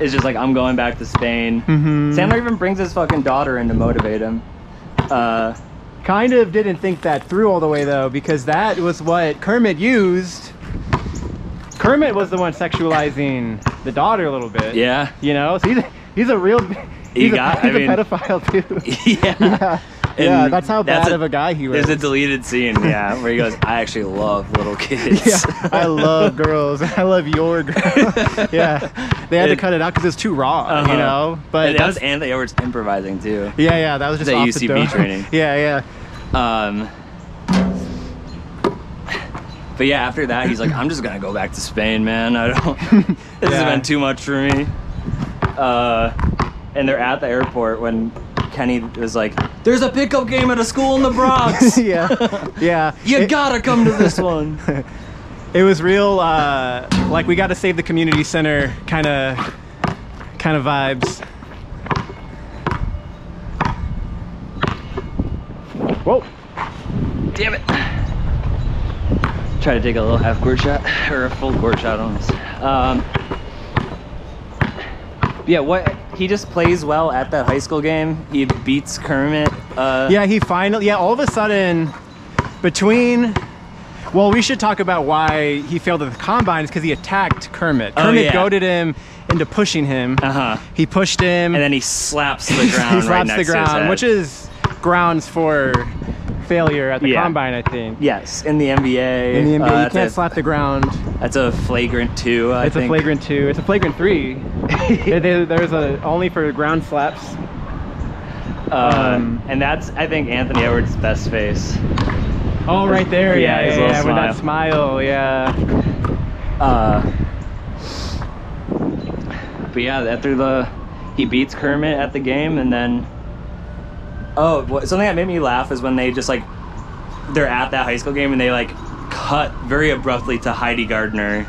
is just like, I'm going back to Spain.
Mhm.
Sandler even brings his fucking daughter in to motivate him. Uh,
Kind of didn't think that through all the way though, because that was what Kermit used. Kermit was the one sexualizing the daughter a little bit.
yeah,
You know, so he's a, he's a real he's,
got- I
a, he's a
mean-
pedophile too.
yeah.
yeah. yeah,
And
that's how
that's
bad
a-
of a guy he was.
There's a deleted scene, yeah, where he goes, I actually love little kids.
yeah, I love girls. I love your girl. yeah, they had
It-
to cut it out because it was too raw,
Uh-huh.
you know.
And
But
that was
that's-
Anthony Edwards improvising too.
yeah, yeah, that was just
the
off
UCB
dome.
training.
yeah, yeah.
Um, but yeah, after that, he's like, I'm just gonna go back to Spain, man. I don't. This has
Yeah.
been too much for me. Uh, and they're at the airport when Kenny is like, "There's a pickup game at a school in the Bronx.
yeah, yeah.
you
It-
gotta come to this one."
It was real, uh, like we got to save the community center kind of, kind of vibes. Whoa!
Damn it. Try to take a little half court shot or a full court shot on this. Um, yeah, what he just plays well at that high school game. He beats Kermit. Uh,
Yeah, he finally. Yeah, all of a sudden, between. Well, we should talk about why he failed at the combine. Is because he attacked Kermit.
Oh,
Kermit
yeah.
goaded him into pushing him.
Uh huh.
He pushed him.
And then he slaps the
he
ground.
slaps
right next
the
to his
ground,
head.
which is grounds for failure at the
Yeah.
combine. I think.
yes in the NBA.
In
uh,
the NBA, you
that's
can't
a-
slap the ground.
That's a flagrant two. I
It's a
think.
flagrant two. It's a flagrant three. There- there- There's a only for ground slaps.
Uh,
um,
and that's I think Anthony Edwards' best face.
Oh, right there.
Yeah,
Yeah,
his
yeah,
little
yeah, with that smile. Yeah.
Uh, but yeah, after the he beats Kermit at the game, and then oh, what, something that made me laugh is when they just like they're at that high school game and they like cut very abruptly to Heidi Gardner,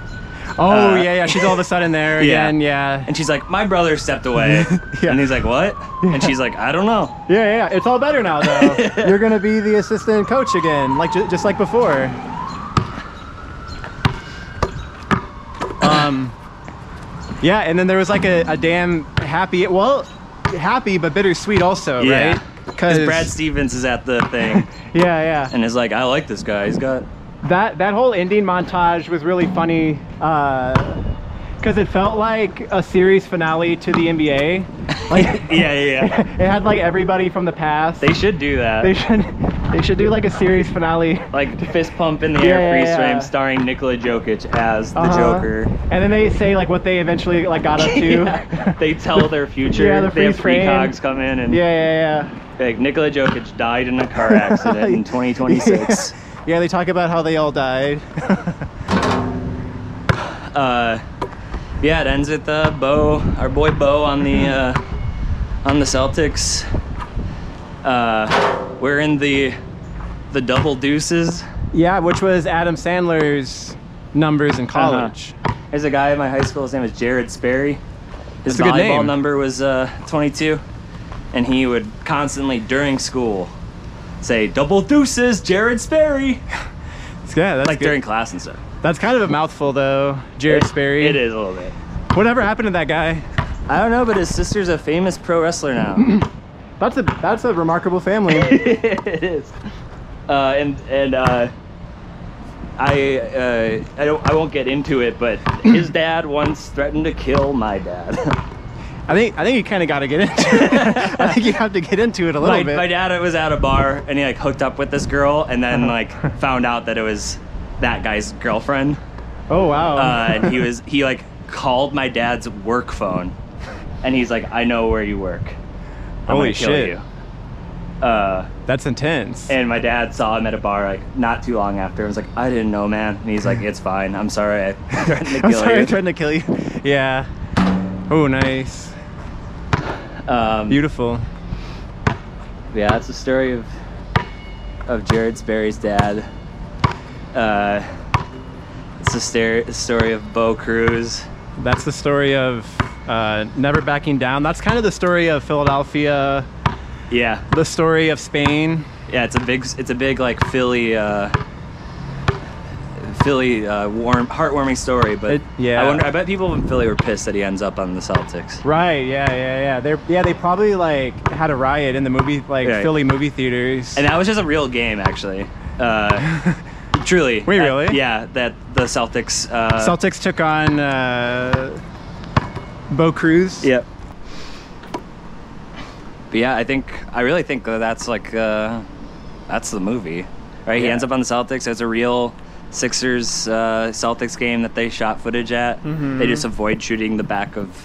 Oh,
Uh,
yeah, yeah. She's all of a sudden there
Yeah.
again. Yeah.
and she's like, "My brother stepped away,"
Yeah.
and he's like, "What?" And she's like, "I don't know."
Yeah, yeah. It's all better now, though. You're gonna be the assistant coach again, like ju- just like before. Um. Yeah, and then there was like a, a damn happy, well, happy but bittersweet also,
Yeah.
right?
Because Brad Stevens is at the thing
yeah, yeah.
and is like, "I like this guy. He's got."
That that whole ending montage was really funny
uh,
because it felt like a series finale to the NBA. Like
Yeah, yeah, yeah.
it had like everybody from the past.
They should do that.
They should.
They should do like a series finale.
Like fist pump in the
Yeah,
air
yeah,
freeze
yeah.
frame starring Nikola Jokic as the
Uh-huh.
Joker.
And then they say like what they eventually like got up to.
Yeah. They tell their future.
Yeah, the
they have
freeze frame.
precogs come in and
Yeah, yeah, yeah.
like Nikola Jokic died in a car accident in 2026.
Yeah. yeah, they talk about how they all died.
Uh, yeah, it ends with uh, Bo, our boy Bo, on the uh, on the Celtics. Uh, we're in the the double deuces.
yeah, which was Adam Sandler's numbers in
Uh-huh.
college.
There's a guy at my high school. His name is Jared Sperry. His
That's a good
volleyball
name.
number was uh, 22, and he would constantly during school say double deuces, Jared Sperry,
Yeah, that's
like
good.
during class and stuff.
That's kind of a mouthful though. Jared Sperry.
It is a little bit.
Whatever happened to that guy?
I don't know, but his sister's a famous pro wrestler now.
That's a that's a remarkable family.
it is. Uh, and and uh, I uh, I don't I won't get into it, but his dad once threatened to kill my dad.
I think I think you kind of got to get into. it. I think you have to get into it a little
my,
bit.
my dad was at a bar and he like hooked up with this girl and then
Uh-huh.
like found out that it was that guy's girlfriend
oh wow.
uh, and he was he like called my dad's work phone and he's like i know where you work i'm
Holy
gonna kill
shit.
you uh,
That's intense.
and my dad saw him at a bar like not too long after and was like i didn't know man and he's like it's fine i'm sorry i threatened to
I'm
kill
sorry,
you
I'm trying to kill you. Yeah. Oh, nice.
um,
Beautiful.
Yeah, that's the story of of Jared Sperry's dad. Uh, it's the star- story of Bo Cruz.
That's the story of uh, never backing down. That's kind of the story of Philadelphia.
Yeah,
The story of Spain.
yeah, it's a big, it's a big like Philly, uh, Philly uh, warm, heartwarming story. But
It- yeah.
I wonder. I bet people in Philly were pissed that he ends up on the Celtics.
Right. Yeah. Yeah. Yeah. They're yeah. They probably like had a riot in the movie like
Right.
Philly movie theaters.
And that was just a real game, actually. Uh, truly.
Wait,
That-
really?
yeah, that the Celtics. Uh,
Celtics took on uh, Bo Cruz.
Yep. But yeah, I think I really think that that's like uh, that's the movie, right? He
Yeah.
ends up on the Celtics. It's a real Sixers uh, Celtics game that they shot footage at. They just avoid shooting the back of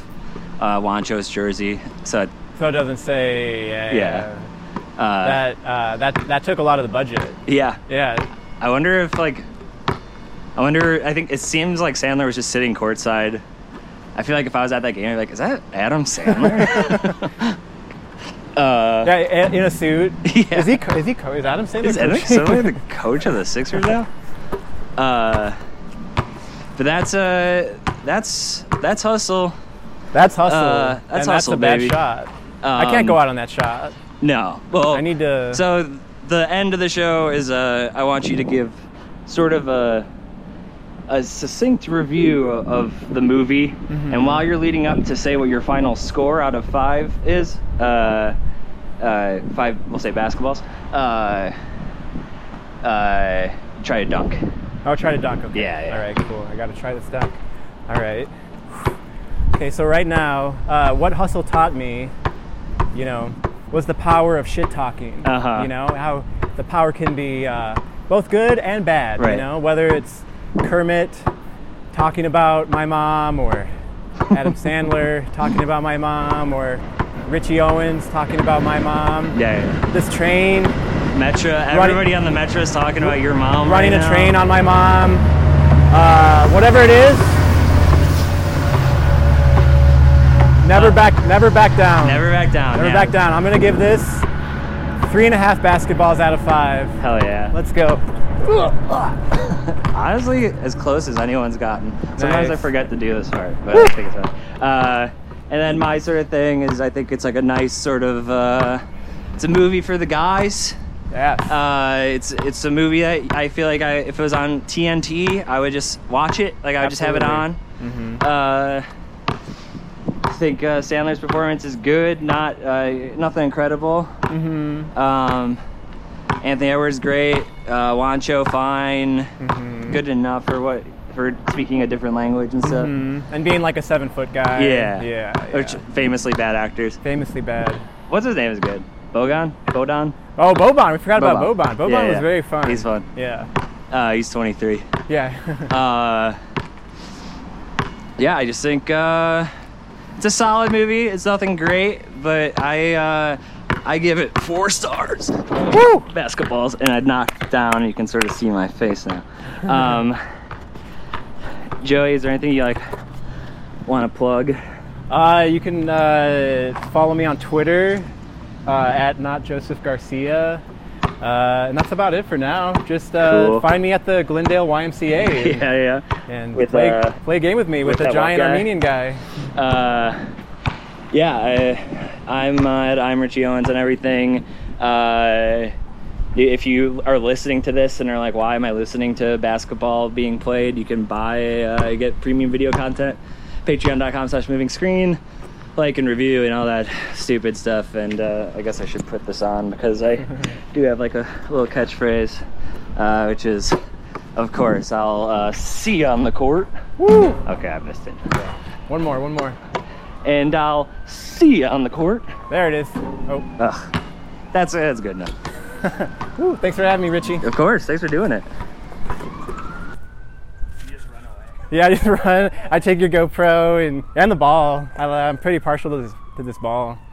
uh, Wancho's jersey. So
So it doesn't say. Yeah.
Yeah. uh,
That uh, that that took a lot of the budget.
yeah,
Yeah.
I wonder if like I wonder. I think it seems like Sandler was just sitting courtside. I feel like if I was at that game, I'd be like, is that Adam Sandler? uh,
Yeah, i- in a suit.
Yeah.
Is he? co- Is he? co- Is Adam Sandler?
Is Adam
coaching?
Sandler the coach of the Sixers now? Uh, but that's uh, that's that's hustle.
That's hustle.
Uh, that's
and
hustle,
That's a bad
baby.
shot. I can't
Um,
go out on that shot.
No, well,
I need to- uh,
So the end of the show is uh, I want you to give sort of a a succinct review of the movie,
Mm-hmm.
and while you're leading up to say what your final score out of five is, uh, uh, five we'll say basketballs. Uh, uh, try a dunk.
I'll try to dunk. Okay.
Yeah, yeah.
All right. Cool. I gotta try this dunk. All right. Okay. So right now, uh, what hustle taught me, you know, was the power of shit talking.
Uh-huh.
You know how the power can be uh, both good and bad.
Right.
You know whether it's Kermit talking about my mom or Adam Sandler talking about my mom or Richie Owens talking about my mom.
yeah.
This train
Metro. Everybody on the Metro is talking about your mom.
running
right
a
now.
train on my mom, uh, whatever it is. Never back, never back down.
Never back down.
Never
yeah.
back down. I'm gonna give this three and a half basketballs out of five.
Hell yeah.
Let's go.
Honestly, as close as anyone's gotten. Sometimes I
Nice.
forget to do this part, but I think it's fun. Uh, and then my sort of thing is, I think it's like a nice sort of. Uh, it's a movie for the guys.
Yeah.
Uh, it's it's a movie that I feel like I if it was on TNT, I would just watch it. Like I would just have it on.
Absolutely.
Uh, I think uh, Sandler's performance is good. Not uh, nothing incredible. Mm-hmm. Um, Anthony Edwards great. Uh, Wancho fine. Good enough for what for speaking a different language and stuff.
Hmm. and being like a seven foot guy.
Mm-hmm. Yeah.
Yeah. yeah.
Which famously bad actors.
Famously bad.
What's his name is good. Bogan? Bodan?
Oh, Boban. We forgot about Boban. Boban
Yeah, yeah.
was very fun.
He's fun.
Yeah.
Uh, he's 23.
Yeah.
Uh, yeah, I just think uh, it's a solid movie. It's nothing great, but I uh, I give it four stars.
Woo!
Basketballs, and I knocked down. You can sort of see my face now. Um, Joey, is there anything you like want to plug?
Uh, you can uh, follow me on Twitter uh, at not Joseph Garcia. Uh, and that's about it for now. Just uh,
Cool.
find me at the Glendale YMCA and,
yeah,
and
With,
play,
uh,
play a game with me with,
with that
a
one
giant
guy.
Armenian guy.
uh, yeah, I, I'm uh, at I'm Richie Owens and everything. Uh, if you are listening to this and are like, why am I listening to basketball being played? You can buy, uh, get premium video content, patreon.com slash moving screen, like and review and all that stupid stuff. And uh, I guess I should put this on because I do have like a little catchphrase, uh, which is, of course, I'll uh, see you on the court. Woo! Okay, I missed it
One more, one more.
and I'll see you on the court.
There it is. Oh,
Ugh, that's that's good enough.
whew, thanks for having me, Richie.
Of course, thanks for doing it.
Yeah, I just run. I take your GoPro and and the ball. I, I'm pretty partial to this to this ball.